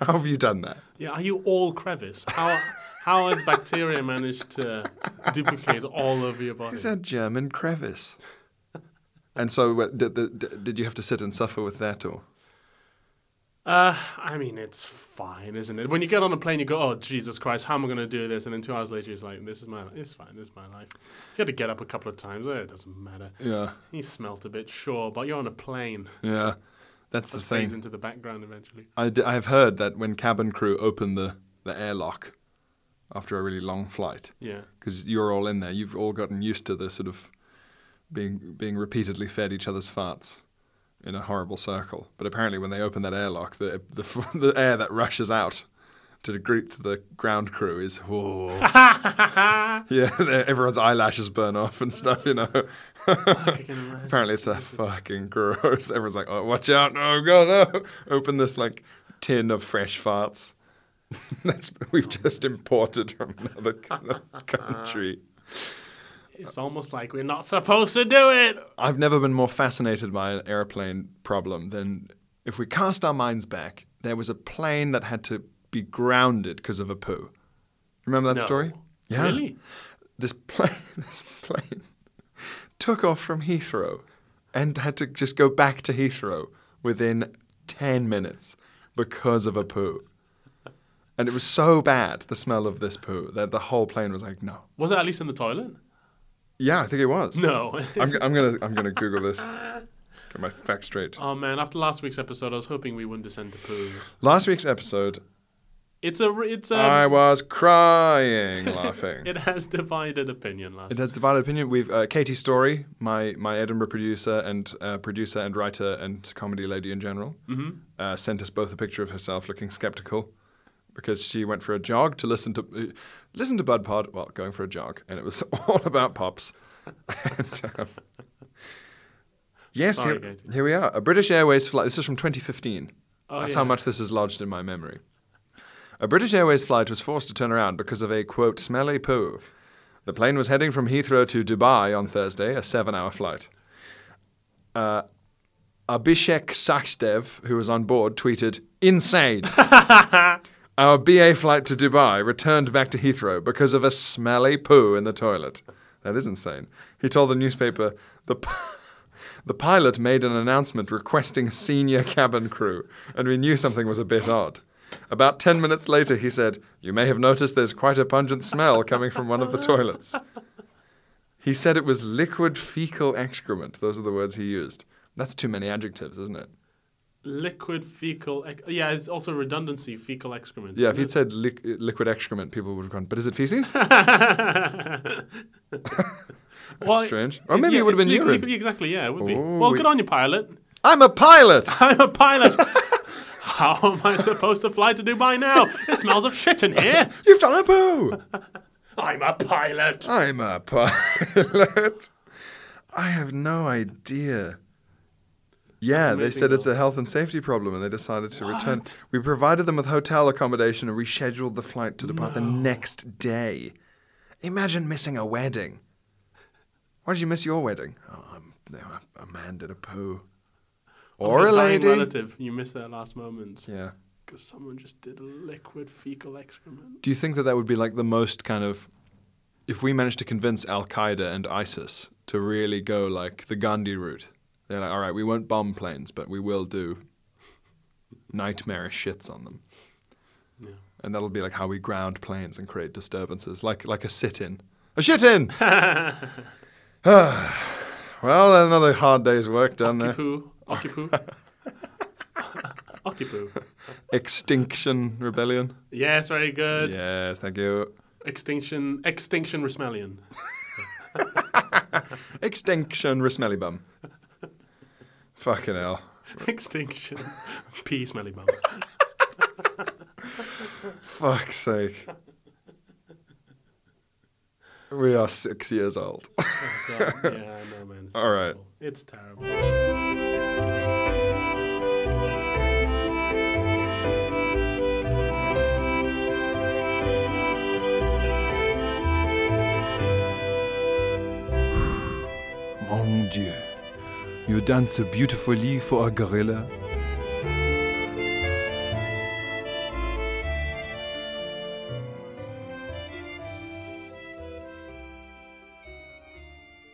S2: How have you done that?
S1: Yeah, are you all crevice? How How has bacteria managed to duplicate all over your body?
S2: It's a German crevice. And so, what- did, the, did did you have to sit and suffer with that, or
S1: Uh, I mean, it's fine, isn't it? When you get on a plane, you go, "Oh Jesus Christ, how am I going to do this?" And then two hours later, it's like, "This is my, it's fine, this is my life." You had to get up a couple of times. Eh, it doesn't matter.
S2: Yeah.
S1: you smelt a bit, sure, but you're on a plane.
S2: yeah, that's the
S1: That
S2: thing.
S1: fades into the background eventually.
S2: I d- I've heard that when cabin crew open the, the airlock after a really long flight,
S1: Yeah.
S2: because you're all in there, you've all gotten used to the sort of being being repeatedly fed each other's farts in a horrible circle. But apparently, when they open that airlock, the the, f- the air that rushes out to greet the ground crew is whoa. yeah, they're- everyone's eyelashes burn off and stuff, you know. Apparently, it's a fucking gross. Everyone's like, oh, watch out. Oh, God, no. Open this, like, tin of fresh farts. That's We've just imported from another kind of country.
S1: It's almost like we're not supposed to do it.
S2: I've never been more fascinated by an airplane problem than if we cast our minds back, there was a plane that had to be grounded because of a poo. Remember that
S1: No.
S2: story? Yeah.
S1: Really?
S2: This plane, this plane took off from Heathrow and had to just go back to Heathrow within 10 minutes because of a poo. And it was so bad, the smell of this poo, that the whole plane was like, no.
S1: Was it at least in the toilet?
S2: Yeah, I think it was.
S1: No.
S2: I'm, g- I'm gonna I'm gonna Google this. Get my facts straight.
S1: oh man, after last week's episode, I was hoping we wouldn't descend to poo.
S2: Last week's episode,
S1: It's a, re- it's a,
S2: I was crying laughing.
S1: it has divided opinion. Last.
S2: It has divided opinion. We've uh, Katie Story, my my Edinburgh producer and uh, producer and writer and comedy lady in general,
S1: Mm-hmm.
S2: uh, sent us both a picture of herself looking skeptical because she went for a jog to listen to uh, listen to Bud Pod while going for a jog, and it was all about pops. and, um, yes,
S1: Sorry,
S2: here,
S1: Katie.
S2: here we are. A British Airways flight. This is from 2015.
S1: Oh,
S2: That's
S1: yeah.
S2: how much this is lodged in my memory. A British Airways flight was forced to turn around because of a quote smelly poo. The plane was heading from Heathrow to Dubai on Thursday, a seven-hour flight. Uh, Abhishek Sachdev, who was on board, tweeted, "Insane." Our BA flight to Dubai returned back to Heathrow because of a smelly poo in the toilet. That is insane. He told the newspaper the p- the pilot made an announcement requesting senior cabin crew, and we knew something was a bit odd. About 10 minutes later, he said, You may have noticed there's quite a pungent smell coming from one of the toilets. He said it was liquid fecal excrement. Those are the words he used. That's too many adjectives, isn't it?
S1: Liquid fecal. Ec- yeah, it's also redundancy fecal excrement.
S2: Yeah, if he'd said li- liquid excrement, people would have gone, But is it feces?
S1: That's
S2: strange. Or maybe it would've been urine.
S1: exactly, yeah, it would be.
S2: Oh,
S1: well,
S2: we-
S1: good on you, pilot.
S2: I'm a pilot!
S1: I'm a pilot. How am I supposed to fly to Dubai now? It smells of shit in here.
S2: You've done a poo!
S1: I'm a pilot.
S2: I'm a pilot. I have no idea. Yeah, they
S1: amazing,
S2: said it's
S1: though.
S2: a health and safety problem and they decided to return. We provided them with hotel accommodation and rescheduled the flight to depart the next day. Imagine missing a wedding. Why did you miss your wedding? Oh, I'm, no, a- a man did a poo. Or a
S1: Your dying
S2: lady.
S1: relative. You missed that last moment.
S2: Yeah.
S1: Because someone just did a liquid fecal excrement.
S2: Do you think that that would be like the most kind of, if we managed to convince Al Qaeda and ISIS to really go like the Gandhi route? They're like, all right, we won't bomb planes, but we will do nightmarish shits on them. And that'll be like how we ground planes and create disturbances, like like a sit-in, a shit-in. well, there's another hard day's work done there.
S1: Occupoo. Occupoo. Occupoo.
S2: Extinction Rebellion.
S1: Yes, very good.
S2: Yes, thank you.
S1: Extinction. Extinction Resmellion.
S2: Extinction Smelly Bum. Fucking hell.
S1: Extinction. Pea smelly bum.
S2: Fuck's sake. We are six years old.
S1: God, yeah, I know, man. It's
S2: All right.
S1: terrible. It's terrible.
S3: Mon Dieu, you dance beautifully for a gorilla.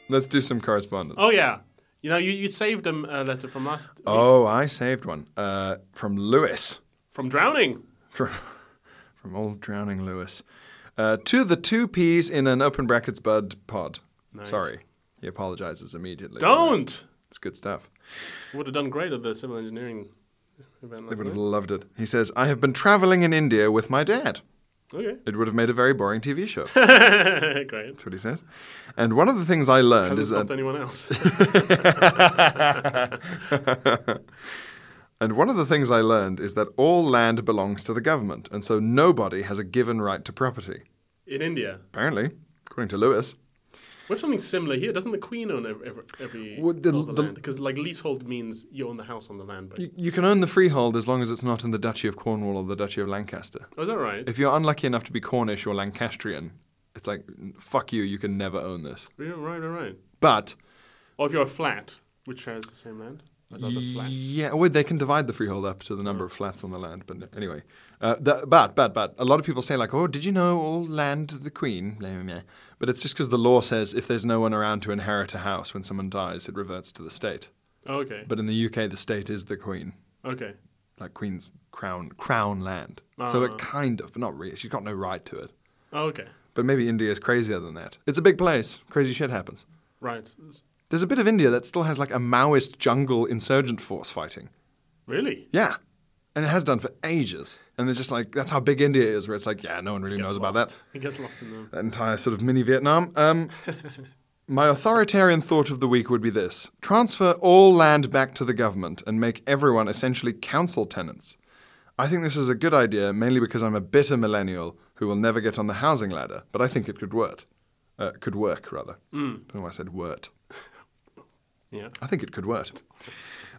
S2: Let's do some correspondence.
S1: Oh yeah, you know you, you saved a uh, letter from last
S2: Oh, I saved one uh, from Lewis.
S1: from drowning.
S2: from from old drowning Lewis uh, to the two peas in an open brackets bud pod. Sorry, he apologizes immediately.
S1: Don't.
S2: It's good stuff.
S1: Would have done great at the civil engineering event.
S2: They
S1: Like
S2: would have loved it. He says, "I have been traveling in India with my dad.
S1: that.
S2: It would have made a very boring TV show." That's
S1: Okay, great.
S2: what he says. And one of the things I learned
S1: Hasn't
S2: is
S1: stopped
S2: that,
S1: anyone else.
S2: and one of the things I learned is that all land belongs to the government, and so nobody has a given right to property.
S1: in India.
S2: Apparently, according to Lewis.
S1: We have something similar here. Doesn't the Queen own every every, every
S2: Well, the-
S1: all the
S2: the-
S1: land? Because like leasehold means you own the house on the land. But
S2: You, you can own the freehold as long as it's not in the Duchy of Cornwall or the Duchy of Lancaster.
S1: oh, is that right?
S2: If you're unlucky enough to be Cornish or Lancastrian, it's like, n- fuck you, you can never own this.
S1: Yeah, right, right, right.
S2: But,
S1: Or if you're a flat, which shares the same land as other flats.
S2: yeah, well, they can divide the freehold up to the number of flats on the land. But anyway, uh, the, but, but, but, a lot of people say, like, oh, did you know all land to the Queen? Blah, blah, blah. But it's just because the law says if there's no one around to inherit a house when someone dies, it reverts to the state.
S1: Oh, okay.
S2: But in the UK, the state is the Queen.
S1: okay.
S2: like Queen's crown crown land. So
S1: Ah.
S2: it kind of, but not really. She's got no right to it.
S1: Oh, okay.
S2: But maybe India is crazier than that. It's a big place. Crazy shit happens.
S1: Right.
S2: There's a bit of India that still has like a Maoist jungle insurgent force fighting.
S1: Really?
S2: Yeah. And it has done for ages. And they're just like, that's how big India is, where it's like, yeah, no one really knows about that.
S1: It gets lost in the.
S2: That entire sort of mini Vietnam. Um, my authoritarian thought of the week would be this transfer all land back to the government and make everyone essentially council tenants. I think this is a good idea, mainly because I'm a bitter millennial who will never get on the housing ladder, but I think it could work. Uh, could work, rather. don't know why I said wort.
S1: Yeah.
S2: I think it could work.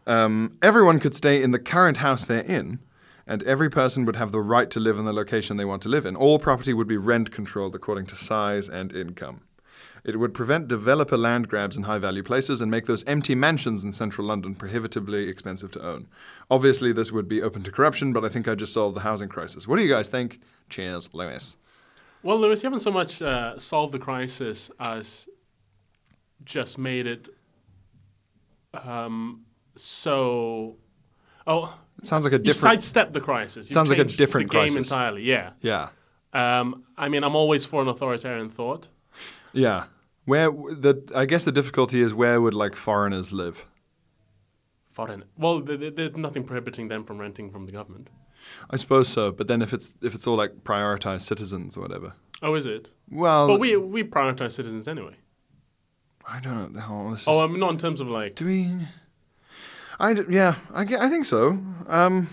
S2: Um, everyone could stay in the current house they're in, and every person would have the right to live in the location they want to live in. All property would be rent controlled according to size and income. It would prevent developer land grabs in high value places and make those empty mansions in central London prohibitively expensive to own. Obviously, this would be open to corruption, but I think I just solved the housing crisis. What do you guys think? Cheers, Lewis.
S1: Well, Lewis, you haven't so much uh, solved the crisis as just made it um, so. Oh,
S2: It sounds like a
S1: you
S2: different.
S1: sidestepped the crisis. You've
S2: Sounds like a
S1: changed
S2: different
S1: the game
S2: crisis.
S1: entirely. Yeah.
S2: yeah.
S1: Um, I mean, I'm always for an authoritarian thought.
S2: Yeah. Where w- the I guess the difficulty is where would like foreigners live?
S1: Foreign. Well, th- th- there's nothing prohibiting them from renting from the government.
S2: I suppose so, but then if it's if it's all like prioritized citizens or whatever.
S1: Oh, is it?
S2: Well,
S1: But we we prioritize citizens anyway.
S2: I don't know how this is.
S1: Oh, um, not in terms of like.
S2: do we? I d- yeah, I, ge- I think so. Um,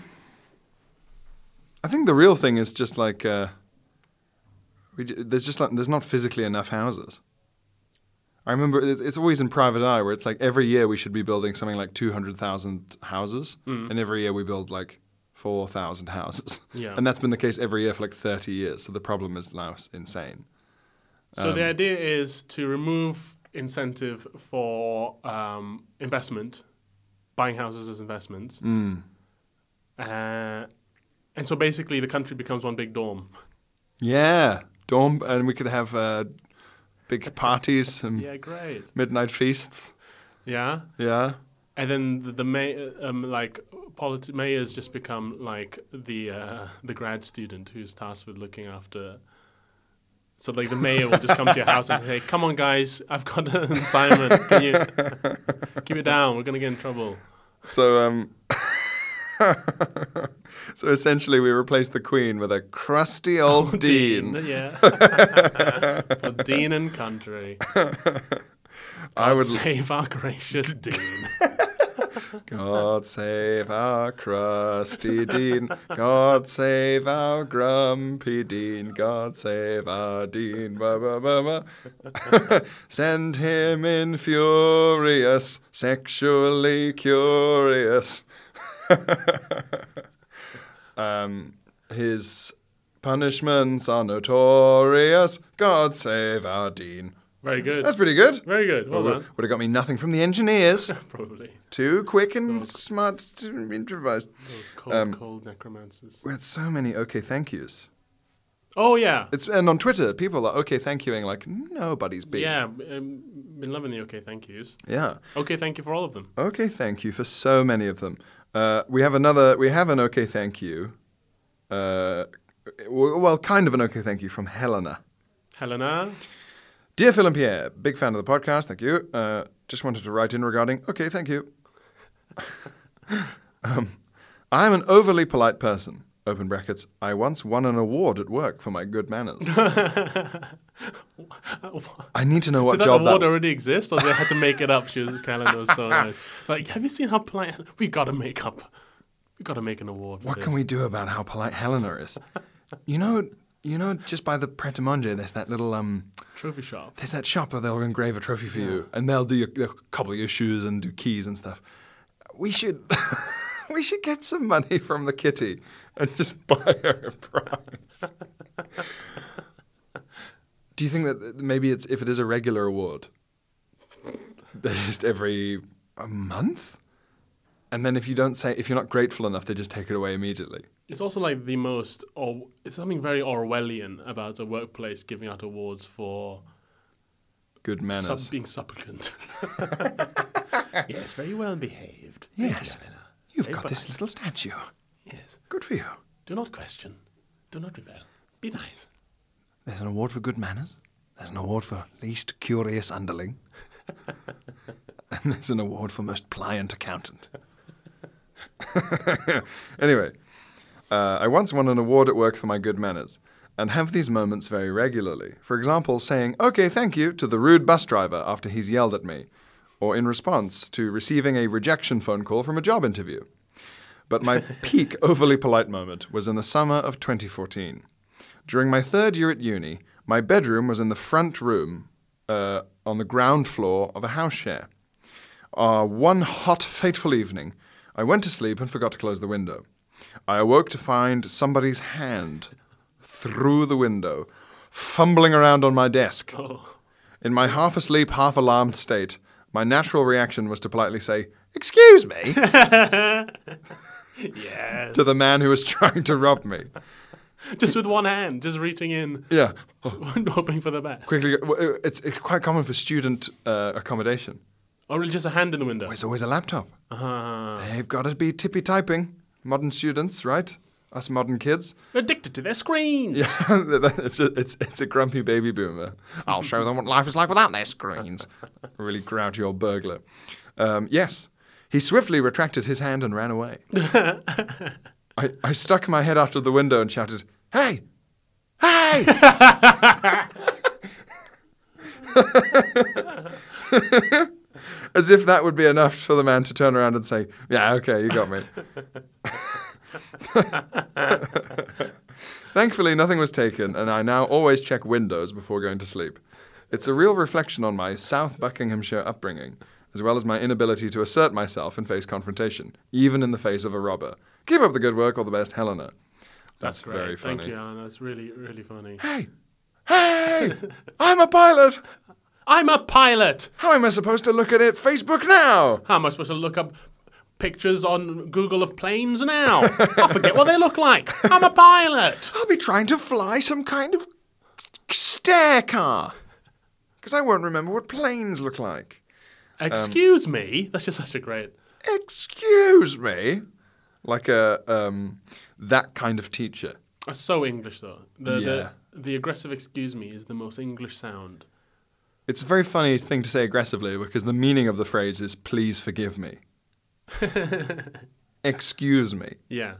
S2: I think the real thing is just like uh, we j- there's just like there's not physically enough houses. I remember it's, it's always in private eye where it's like every year we should be building something like 200,000 houses,
S1: Mm.
S2: and every year we build like 4,000 houses.
S1: Yeah.
S2: And that's been the case every year for like 30 years. So the problem is now s- insane.
S1: So
S2: um,
S1: the idea is to remove incentive for um, investment, buying houses as investments.
S2: Hmm.
S1: Uh, and so basically, the country becomes one big dorm.
S2: Yeah, dorm, and we could have uh, big parties and
S1: Yeah, great.
S2: midnight feasts.
S1: Yeah.
S2: Yeah,
S1: And then the, the may, um, like politi- mayors just become like the uh, the grad student who's tasked with looking after. So like the mayor will just come to your house and say, "Come on, guys, I've got an assignment. Can you keep it down? We're gonna get in trouble."
S2: so um, so essentially we replaced the queen with a crusty old dean.
S1: yeah. For dean and country,
S2: I would
S1: save our gracious dean.
S2: God save our crusty dean. God save our grumpy dean. God save our dean. Ba, ba, ba, ba. Send him in furious, sexually curious. um, his punishments are notorious. God save our dean.
S1: Very good.
S2: That's pretty good.
S1: Very good. Well
S2: would
S1: done.
S2: have got me nothing from the engineers.
S1: Probably
S2: Too quick and smart to improvise.
S1: those cold, cold necromancers.
S2: We had so many okay thank yous.
S1: Oh yeah,
S2: It's and on Twitter, people are okay, thank you, and like nobody's beat.
S1: yeah. Um, been loving the okay thank yous.
S2: yeah.
S1: Okay, thank you for all of them.
S2: Okay, thank you for so many of them. Uh, we have another. We have an okay, thank you. Uh, w- well, kind of an okay, thank you from Helena.
S1: Helena,
S2: Dear Phil and Pierre, big fan of the podcast. Thank you. Uh, just wanted to write in regarding. Okay, thank you. um, I'm an overly polite person. Open brackets. I once won an award at work for my good manners. I need to know what
S1: did that
S2: job
S1: award
S2: that.
S1: already exist, or they had to make it up? She was Helena was so nice. Like, have you seen how polite? We gotta make up. We gotta make an award. For
S2: What can we do about how polite Helena is? you know, you know, just by the Pret a Manger, there's that little um,
S1: Trophy shop.
S2: there's that shop where they'll engrave a trophy for you, and they'll do your, they'll cobble your shoes and do keys and stuff. We should, we should get some money from the kitty and just buy her a prize. do you think that maybe it's if it is a regular award, they're just every a month, and then if you don't say if you're not grateful enough, they just take it away immediately.
S1: It's also like the most, or it's something very Orwellian about a workplace giving out awards for
S2: Good manners.
S1: sub, being supplicant. yes, very well behaved. Thank you,
S2: yes,
S1: Helena.
S2: you've
S1: Very
S2: got this
S1: polite.
S2: little statue.
S1: Yes.
S2: Good for you.
S1: Do not question. Do not rebel. Be nice.
S2: There's an award for good manners. There's an award for least curious underling. and there's an award for most pliant accountant. anyway, uh, I once won an award at work for my good manners and have these moments very regularly. For example, saying, OK, thank you to the rude bus driver after he's yelled at me, or in response to receiving a rejection phone call from a job interview. But my peak overly polite moment was in the summer of 2014. During my third year at uni, my bedroom was in the front room uh, on the ground floor of a house share. Uh, one hot, fateful evening, I went to sleep and forgot to close the window. I awoke to find somebody's hand through the window, fumbling around on my desk. In my half asleep, half alarmed state, my natural reaction was to politely say, Excuse me
S1: Yes.
S2: to the man who was trying to rob me.
S1: just with one hand, just reaching in,
S2: Yeah.
S1: hoping for the best.
S2: Quickly, well, uh, it's, it's quite common for student uh, accommodation.
S1: Or just a hand in the window.
S2: There's always a laptop. They've got to be tippy typing. Modern students, right? Us modern kids.
S1: Addicted to their screens.
S2: it's, a, it's, it's a grumpy baby boomer. I'll show them what life is like without their screens. really grouchy old burglar. Um, yes, he swiftly retracted his hand and ran away. I, I stuck my head out of the window and shouted, Hey! Hey! As if that would be enough for the man to turn around and say, Yeah, okay, you got me. Thankfully, nothing was taken, and I now always check windows before going to sleep. It's a real reflection on my South Buckinghamshire upbringing, as well as my inability to assert myself and face confrontation, even in the face of a robber. Keep up the good work, all the best, Helena. That's,
S1: Great.
S2: very funny.
S1: Thank you, Alan. That's really, really funny.
S2: Hey, hey, I'm a pilot.
S1: I'm a pilot.
S2: How am I supposed to look at it? Facebook now.
S1: How am I supposed to look up pictures on Google of planes now? I forget what they look like. I'm a pilot.
S2: I'll be trying to fly some kind of stair car. Because I won't remember what planes look like. Um,
S1: Excuse me. That's just such a great.
S2: Excuse me. Like a um, that kind of teacher.
S1: That's so English, though. The,
S2: Yeah.
S1: the, the aggressive excuse me is the most English sound.
S2: It's a very funny thing to say aggressively because the meaning of the phrase is please forgive me. Excuse me.
S1: Yeah.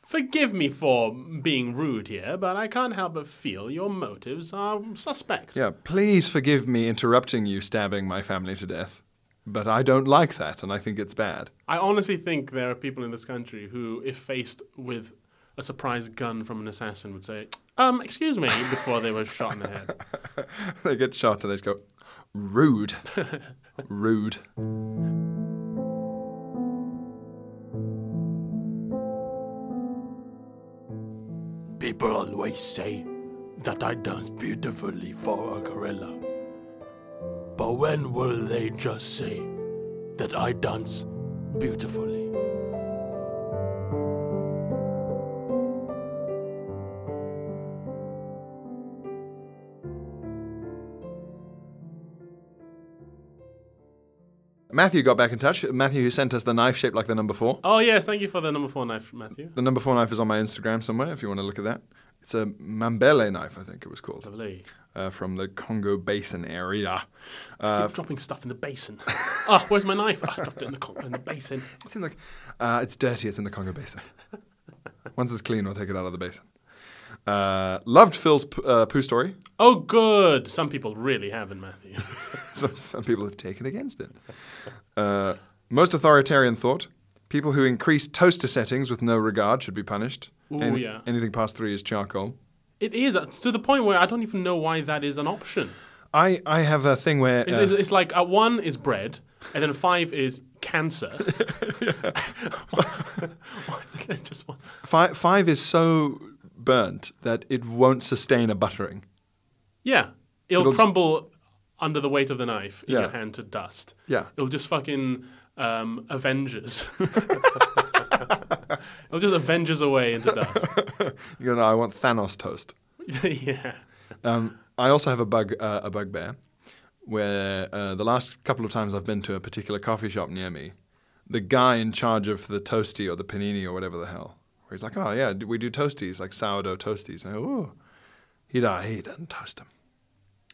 S1: Forgive me for being rude here, but I can't help but feel your motives are suspect.
S2: Yeah, please forgive me interrupting you stabbing my family to death. But I don't like that and I think it's bad.
S1: I honestly think there are people in this country who, if faced with a surprise gun from an assassin, would say, um, excuse me, before they were shot in the head.
S2: they get shot and they just go, rude. rude.
S1: People always say that I dance beautifully for a gorilla. But when will they just say that I dance beautifully?
S2: Matthew got back in touch. Matthew, who sent us the knife shaped like the number four.
S1: Oh yes, thank you for the number four knife, Matthew.
S2: The number four knife is on my Instagram somewhere if you want to look at that. It's a Mambele knife, I think it was called,
S1: Lovely.
S2: uh, from the Congo Basin area.
S1: Keep dropping stuff in the basin. oh, where's my knife? Ah, I dropped it in the co- in the basin.
S2: It's in the, uh, it's dirty. It's in the Congo Basin. Once it's clean, we'll take it out of the basin. Uh, loved Phil's p- uh, poo story.
S1: Oh, good. Some people really haven't, Matthew.
S2: some, some people have taken against it. Uh, most authoritarian thought: people who increase toaster settings with no regard should be punished.
S1: Ooh, yeah.
S2: Anything past three is charcoal.
S1: it is it's to the point where I don't even know why that is an option.
S2: I, I have a thing where
S1: It's,
S2: uh,
S1: it's, it's like uh, one is bread, and then five is cancer. Why is it just one?
S2: uh, fi- five is so burnt that it won't sustain a buttering.
S1: Yeah, it'll,
S2: It'll-
S1: crumble under the weight of the knife in
S2: Yeah.
S1: your hand to dust.
S2: Yeah.
S1: it'll just fucking um, Avengers. it'll just Avengers away into dust.
S2: You know, I want Thanos toast.
S1: yeah.
S2: Um, I also have a bug uh, a bugbear where uh, the last couple of times I've been to a particular coffee shop near me, the guy in charge of the toasty or the panini or whatever the hell, where he's like, oh yeah, d- we do toasties like sourdough toasties. And I go, ooh, he do- he doesn't toast them.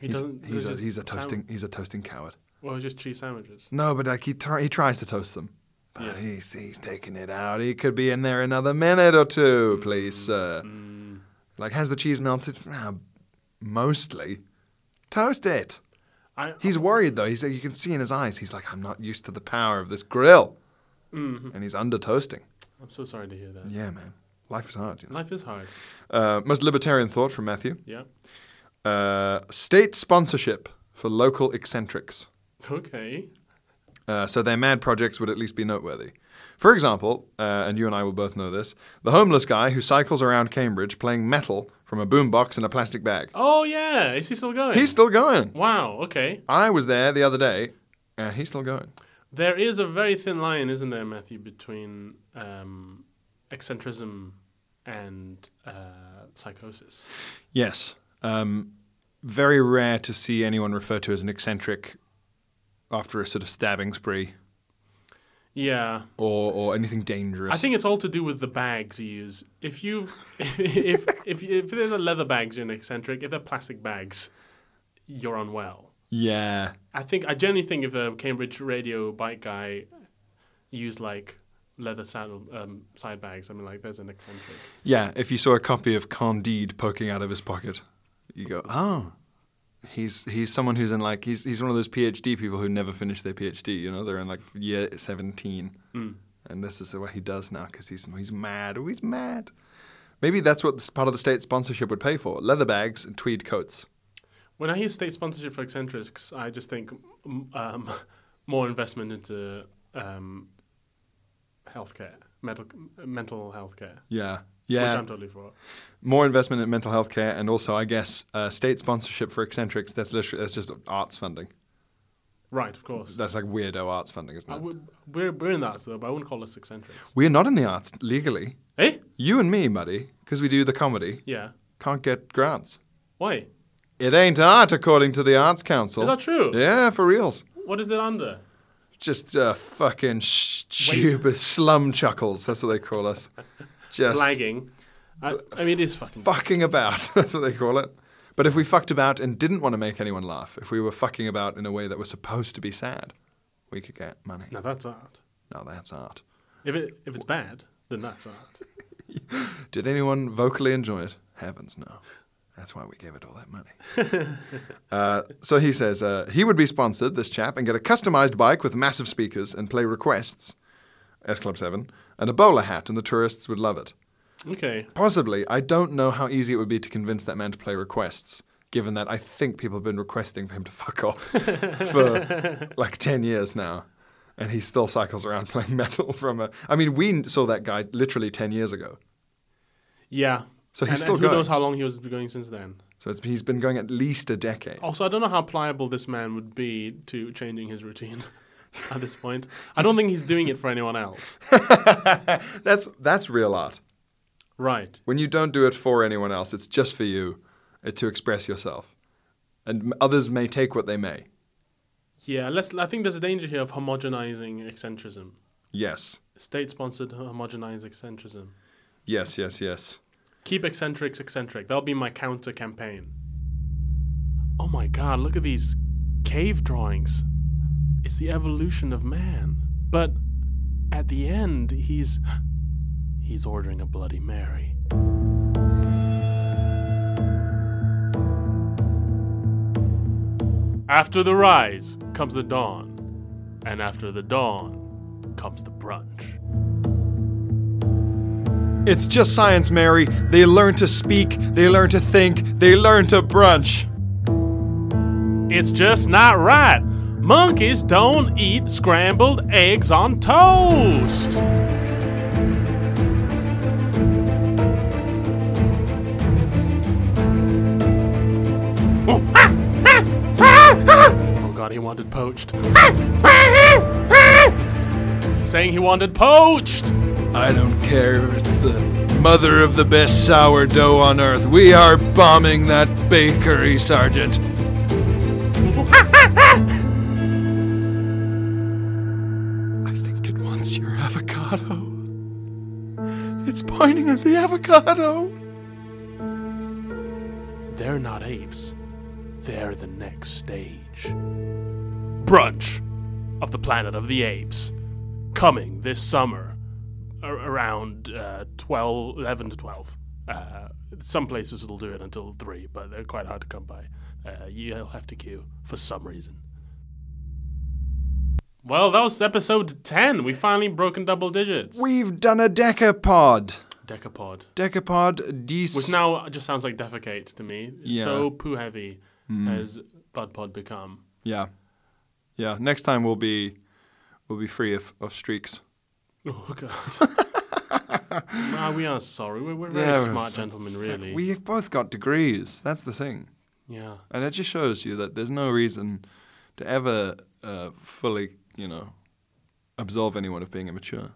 S1: He
S2: he's
S1: doesn't-
S2: he's, a,
S1: doesn't
S2: he's a
S1: sound-
S2: toasting he's a toasting coward.
S1: Well, it's just cheese sandwiches.
S2: No, but like he try, he tries to toast them. But he's he's taking it out. He could be in there another minute or two, please, sir. Like, has the cheese melted? Ah, mostly. Toast it.
S1: I,
S2: He's worried though. He's you can see in his eyes. He's like, I'm not used to the power of this grill, and he's under toasting.
S1: I'm so sorry to hear that.
S2: Yeah, man. Life is hard. You know?
S1: Life is hard.
S2: uh, most libertarian thought from Matthew:
S1: Yeah.
S2: uh, state sponsorship for local eccentrics.
S1: Okay.
S2: Uh, so their mad projects would at least be noteworthy. For example, uh, and you and I will both know this: the homeless guy who cycles around Cambridge playing metal from a boombox in a plastic bag.
S1: Oh yeah. Is he still going?
S2: He's still going.
S1: Wow. Okay.
S2: I was there the other day, and he's still going.
S1: There is a very thin line, isn't there, Matthew, between um, eccentricism and uh, psychosis.
S2: Yes. Um, very rare to see anyone referred to as an eccentric after a sort of stabbing spree
S1: Yeah.
S2: or, or anything dangerous.
S1: I think it's all to do with the bags you use. If you, if if if they're the leather bags, you're an eccentric. If they're plastic bags, you're unwell.
S2: Yeah.
S1: I think I generally think if a Cambridge radio bike guy used like leather saddle um, side bags, I mean, like there's an eccentric.
S2: Yeah. If you saw a copy of Candide poking out of his pocket, you go, oh. He's he's someone who's in like he's he's one of those PhD people who never finish their PhD. You know, they're in like year seventeen,
S1: Mm.
S2: and this is what he does now because he's he's mad. Oh, he's mad. Maybe that's what this part of the state sponsorship would pay for: leather bags and tweed coats.
S1: When I hear state sponsorship for eccentrics, I just think m- um, more investment into um, healthcare, mental mental healthcare,
S2: Yeah.
S1: which
S2: Yeah.
S1: I'm totally for.
S2: More investment in mental health care and also, I guess, uh, state sponsorship for eccentrics. That's literally, that's just arts funding.
S1: Right, of course.
S2: That's like weirdo arts funding, isn't
S1: Uh,
S2: it?
S1: we- We're, we're in that though, but I wouldn't call us eccentrics.
S2: We're not in the arts legally.
S1: Eh?
S2: You and me, Muddy, because we do the comedy,
S1: Yeah.
S2: can't get grants.
S1: Why?
S2: It ain't art, according to the Arts Council.
S1: Is that true?
S2: Yeah, for reals.
S1: What is it under?
S2: Just uh, fucking stupid slum chuckles. That's what they call us. Just
S1: Blagging. I, I mean, it is fucking.
S2: fucking about. That's what they call it. But if we fucked about and didn't want to make anyone laugh, if we were fucking about in a way that was supposed to be sad, we could get money.
S1: Now that's art.
S2: No, that's art.
S1: If it if it's bad, then that's art.
S2: Did anyone vocally enjoy it? Heavens, no. That's why we gave it all that money. uh, so he says uh, he would be sponsored, this chap, and get a customized bike with massive speakers and play requests, S Club 7, and a bowler hat, and the tourists would love it.
S1: Okay.
S2: Possibly. I don't know how easy it would be to convince that man to play requests, given that I think people have been requesting for him to fuck off for like 10 years now. And he still cycles around playing metal from a. I mean, we saw that guy literally 10 years ago.
S1: Yeah.
S2: So he's
S1: and,
S2: still
S1: and
S2: going.
S1: Who knows how long he was going since then?
S2: So it's, he's been going at least a decade.
S1: Also, I don't know how pliable this man would be to changing his routine at this point. I don't think he's doing it for anyone else.
S2: That's, that's real art.
S1: Right.
S2: When you don't do it for anyone else, it's just for you uh, to express yourself. And m- others may take what they may.
S1: Yeah, let's. I think there's a danger here of homogenizing eccentricism.
S2: Yes.
S1: State-sponsored homogenized eccentricism.
S2: Yes, yes, yes.
S1: Keep eccentrics eccentric. That'll be my counter campaign. Oh my god, look at these cave drawings. It's the evolution of man. But at the end, he's he's ordering a bloody mary. After the rise comes the dawn, and after the dawn comes the brunch.
S2: It's just science, Mary. They learn to speak, they learn to think, they learn to brunch.
S1: It's just not right. Monkeys don't eat scrambled eggs on toast. Oh god, he wanted poached. Saying he wanted poached.
S2: I don't care if it's the mother of the best sourdough on earth. We are bombing that bakery, Sergeant. I think it wants your avocado. It's pointing at the avocado.
S1: They're not apes. They're the next stage. Brunch of the Planet of the Apes. Coming this summer. Ar- around uh, 12, 11 to 12. Uh, some places will do it until 3, but they're quite hard to come by. Uh, you'll have to queue for some reason. Well, that was episode 10. We finally broken double digits.
S2: We've done a decapod.
S1: Decapod.
S2: Decapod dec.
S1: Which now just sounds like defecate to me.
S2: Yeah. Hmm.
S1: So poo heavy has Bud Pod become.
S2: yeah, yeah. Next time we'll be we'll be free of, of streaks.
S1: Oh, God. nah, we are sorry. We're, we're very
S2: Yeah, we're
S1: smart
S2: so-
S1: gentlemen, really.
S2: We've both got degrees. That's the thing,
S1: yeah.
S2: and it just shows you that there's no reason to ever uh, fully, you know, absolve anyone of being immature.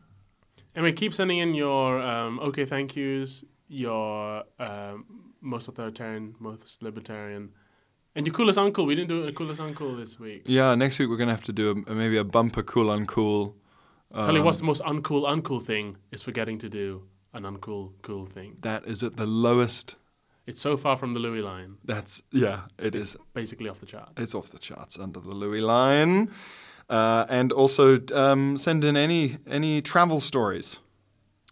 S1: I mean, keep sending in your um, okay, thank yous, your um, most authoritarian, most libertarian, and your coolest uncle. We didn't do a coolest uncle this week.
S2: Yeah. Next week we're gonna have to do a, maybe a bumper cool uncool.
S1: Tell you
S2: Um.
S1: what's the most uncool, uncool thing is forgetting to do an uncool, cool thing.
S2: That is at the lowest.
S1: It's so far from the Louis line,
S2: That's yeah. It is
S1: basically off the chart.
S2: It's off the charts under the Louis line. Uh, and also um, send in any any travel stories.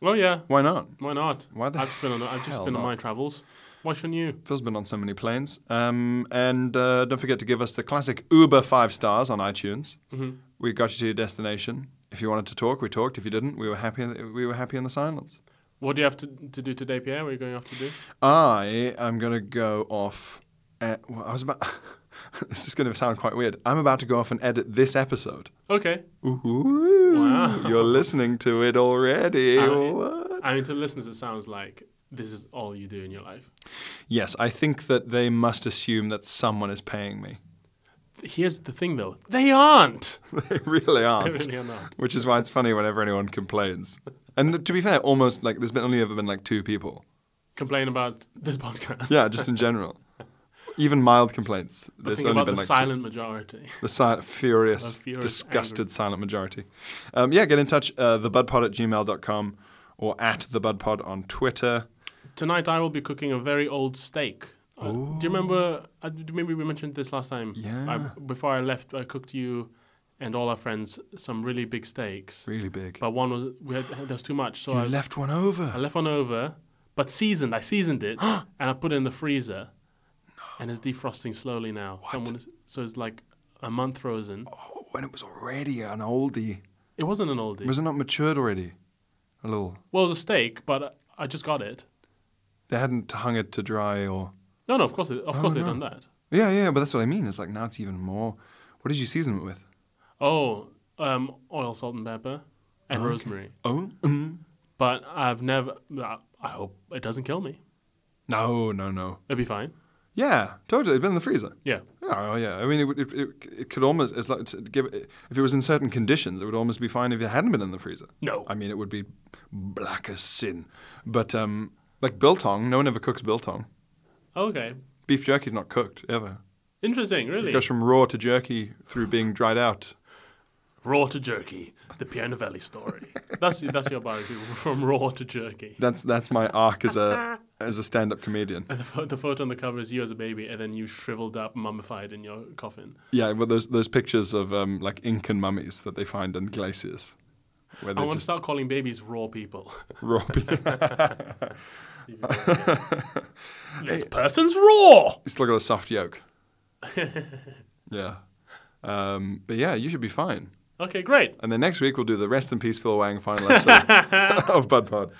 S1: Oh yeah,
S2: Why not?
S1: why not?
S2: Why the
S1: I've just been on, I've just
S2: hell
S1: been on
S2: not?
S1: my travels. Why shouldn't you?
S2: Phil's been on so many planes. Um, and uh, don't forget to give us the classic Uber five stars on iTunes.
S1: Mm-hmm.
S2: We got you to your destination. If you wanted to talk, we talked. If you didn't, we were happy. We were happy in the silence.
S1: What do you have to, to do today, Pierre? What are you going off to do?
S2: I am going to go off. At, well, I was about. this is going to sound quite weird. I'm about to go off and edit this episode.
S1: Okay,
S2: Ooh,
S1: Wow.
S2: You're listening to it already. What?
S1: I mean to the listeners, it sounds like this is all you do in your life.
S2: Yes, I think that they must assume that someone is paying me.
S1: Here's the thing, though. They aren't.
S2: They really
S1: They
S2: aren't.
S1: really are not.
S2: Which is why it's funny whenever anyone complains. And to be fair, almost like there's been only ever been like two people.
S1: Complain about this podcast.
S2: Yeah, just in general. Even mild complaints. There's
S1: Think
S2: only
S1: about
S2: been
S1: the
S2: like two-
S1: silent majority.
S2: the si- furious,
S1: The furious
S2: disgusted
S1: anger.
S2: silent majority. Um, yeah, get in touch, uh, thebudpod at gmail.com or at thebudpod on Twitter.
S1: Tonight I will be cooking a very old steak. Uh, do you remember? Uh, d- maybe we mentioned this last time.
S2: Yeah.
S1: I, before I left, I cooked you and all our friends some really big steaks.
S2: Really big.
S1: But one was we had, there was too much, so
S2: you
S1: I,
S2: left one
S1: I
S2: over.
S1: left one over, but seasoned. I seasoned it and I put it in the freezer, and it's defrosting slowly now. Someone, is- so it's like a month frozen.
S2: Oh, when it was already an oldie.
S1: It wasn't an oldie.
S2: Was it not matured already? A little.
S1: Well, it was a steak, but I just got it.
S2: They hadn't hung it to dry or.
S1: No, no, of course, it,
S2: Oh,
S1: of course they've done that.
S2: Yeah, yeah, but that's what I mean. It's like now it's even more. What did you season it with?
S1: Oh, um, oil, salt, and pepper, and rosemary.
S2: Oh,
S1: But I've never. I I hope it doesn't kill me.
S2: no, no, no.
S1: It'll be fine.
S2: Yeah, totally. It's been in the freezer.
S1: Yeah.
S2: Yeah, oh yeah. I mean, it, would- it, it, it could almost it's like it's- it'd give if it was in certain conditions, it would almost be fine if it hadn't been in the freezer.
S1: No.
S2: I mean, it would be black as sin. But um, like biltong, no one ever cooks biltong.
S1: Okay.
S2: Beef jerky's not cooked ever.
S1: Interesting, really.
S2: It goes from raw to jerky through being dried out.
S1: raw to jerky, the Piano Valley story. that's that's your biography from raw to jerky.
S2: That's that's my arc as a as a stand up comedian.
S1: The, pho- the photo on the cover is you as a baby, and then you shriveled up, mummified in your coffin.
S2: Yeah, well, those those pictures of um, like Incan mummies that they find in glaciers, where
S1: I
S2: they're
S1: want to
S2: just
S1: start calling babies raw people.
S2: raw. people.
S1: this person's raw.
S2: He's still got a soft yolk. yeah, um, but yeah, you should be fine.
S1: Okay, great.
S2: And then next week we'll do the rest in peace Phil Wang final episode of Bud Pod.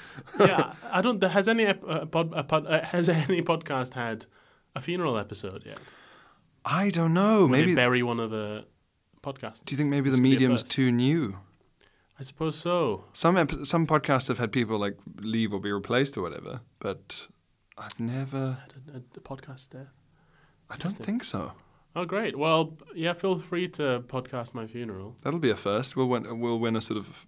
S1: Yeah, I don't. Has any ep- uh, pod, uh, pod, uh, has any podcast had a funeral episode yet?
S2: I don't know.
S1: Maybe
S2: Maybe
S1: they
S2: do
S1: bury one of the podcasts.
S2: you think maybe
S1: This
S2: the
S1: could be a
S2: medium's
S1: first.
S2: too new?
S1: I suppose so.
S2: Some ep- some podcasts have had people like leave or be replaced or whatever, but I've never.
S1: The, the podcast there.
S2: I don't think so.
S1: Oh, great. Well, yeah, feel free to podcast my funeral.
S2: That'll be a first. We'll win. We'll win a sort of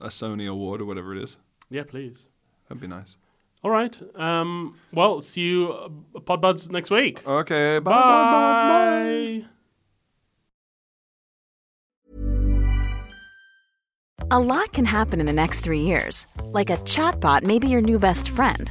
S2: a Sony award or whatever it is.
S1: Yeah, please.
S2: That'd be nice.
S1: All right. Um, well, see you, uh, Podbuds, next week.
S2: Okay. Bye. Bye. Uh, Bye. bye.
S1: Bye.
S5: A lot can happen in the next three years. Like a chatbot may be your new best friend.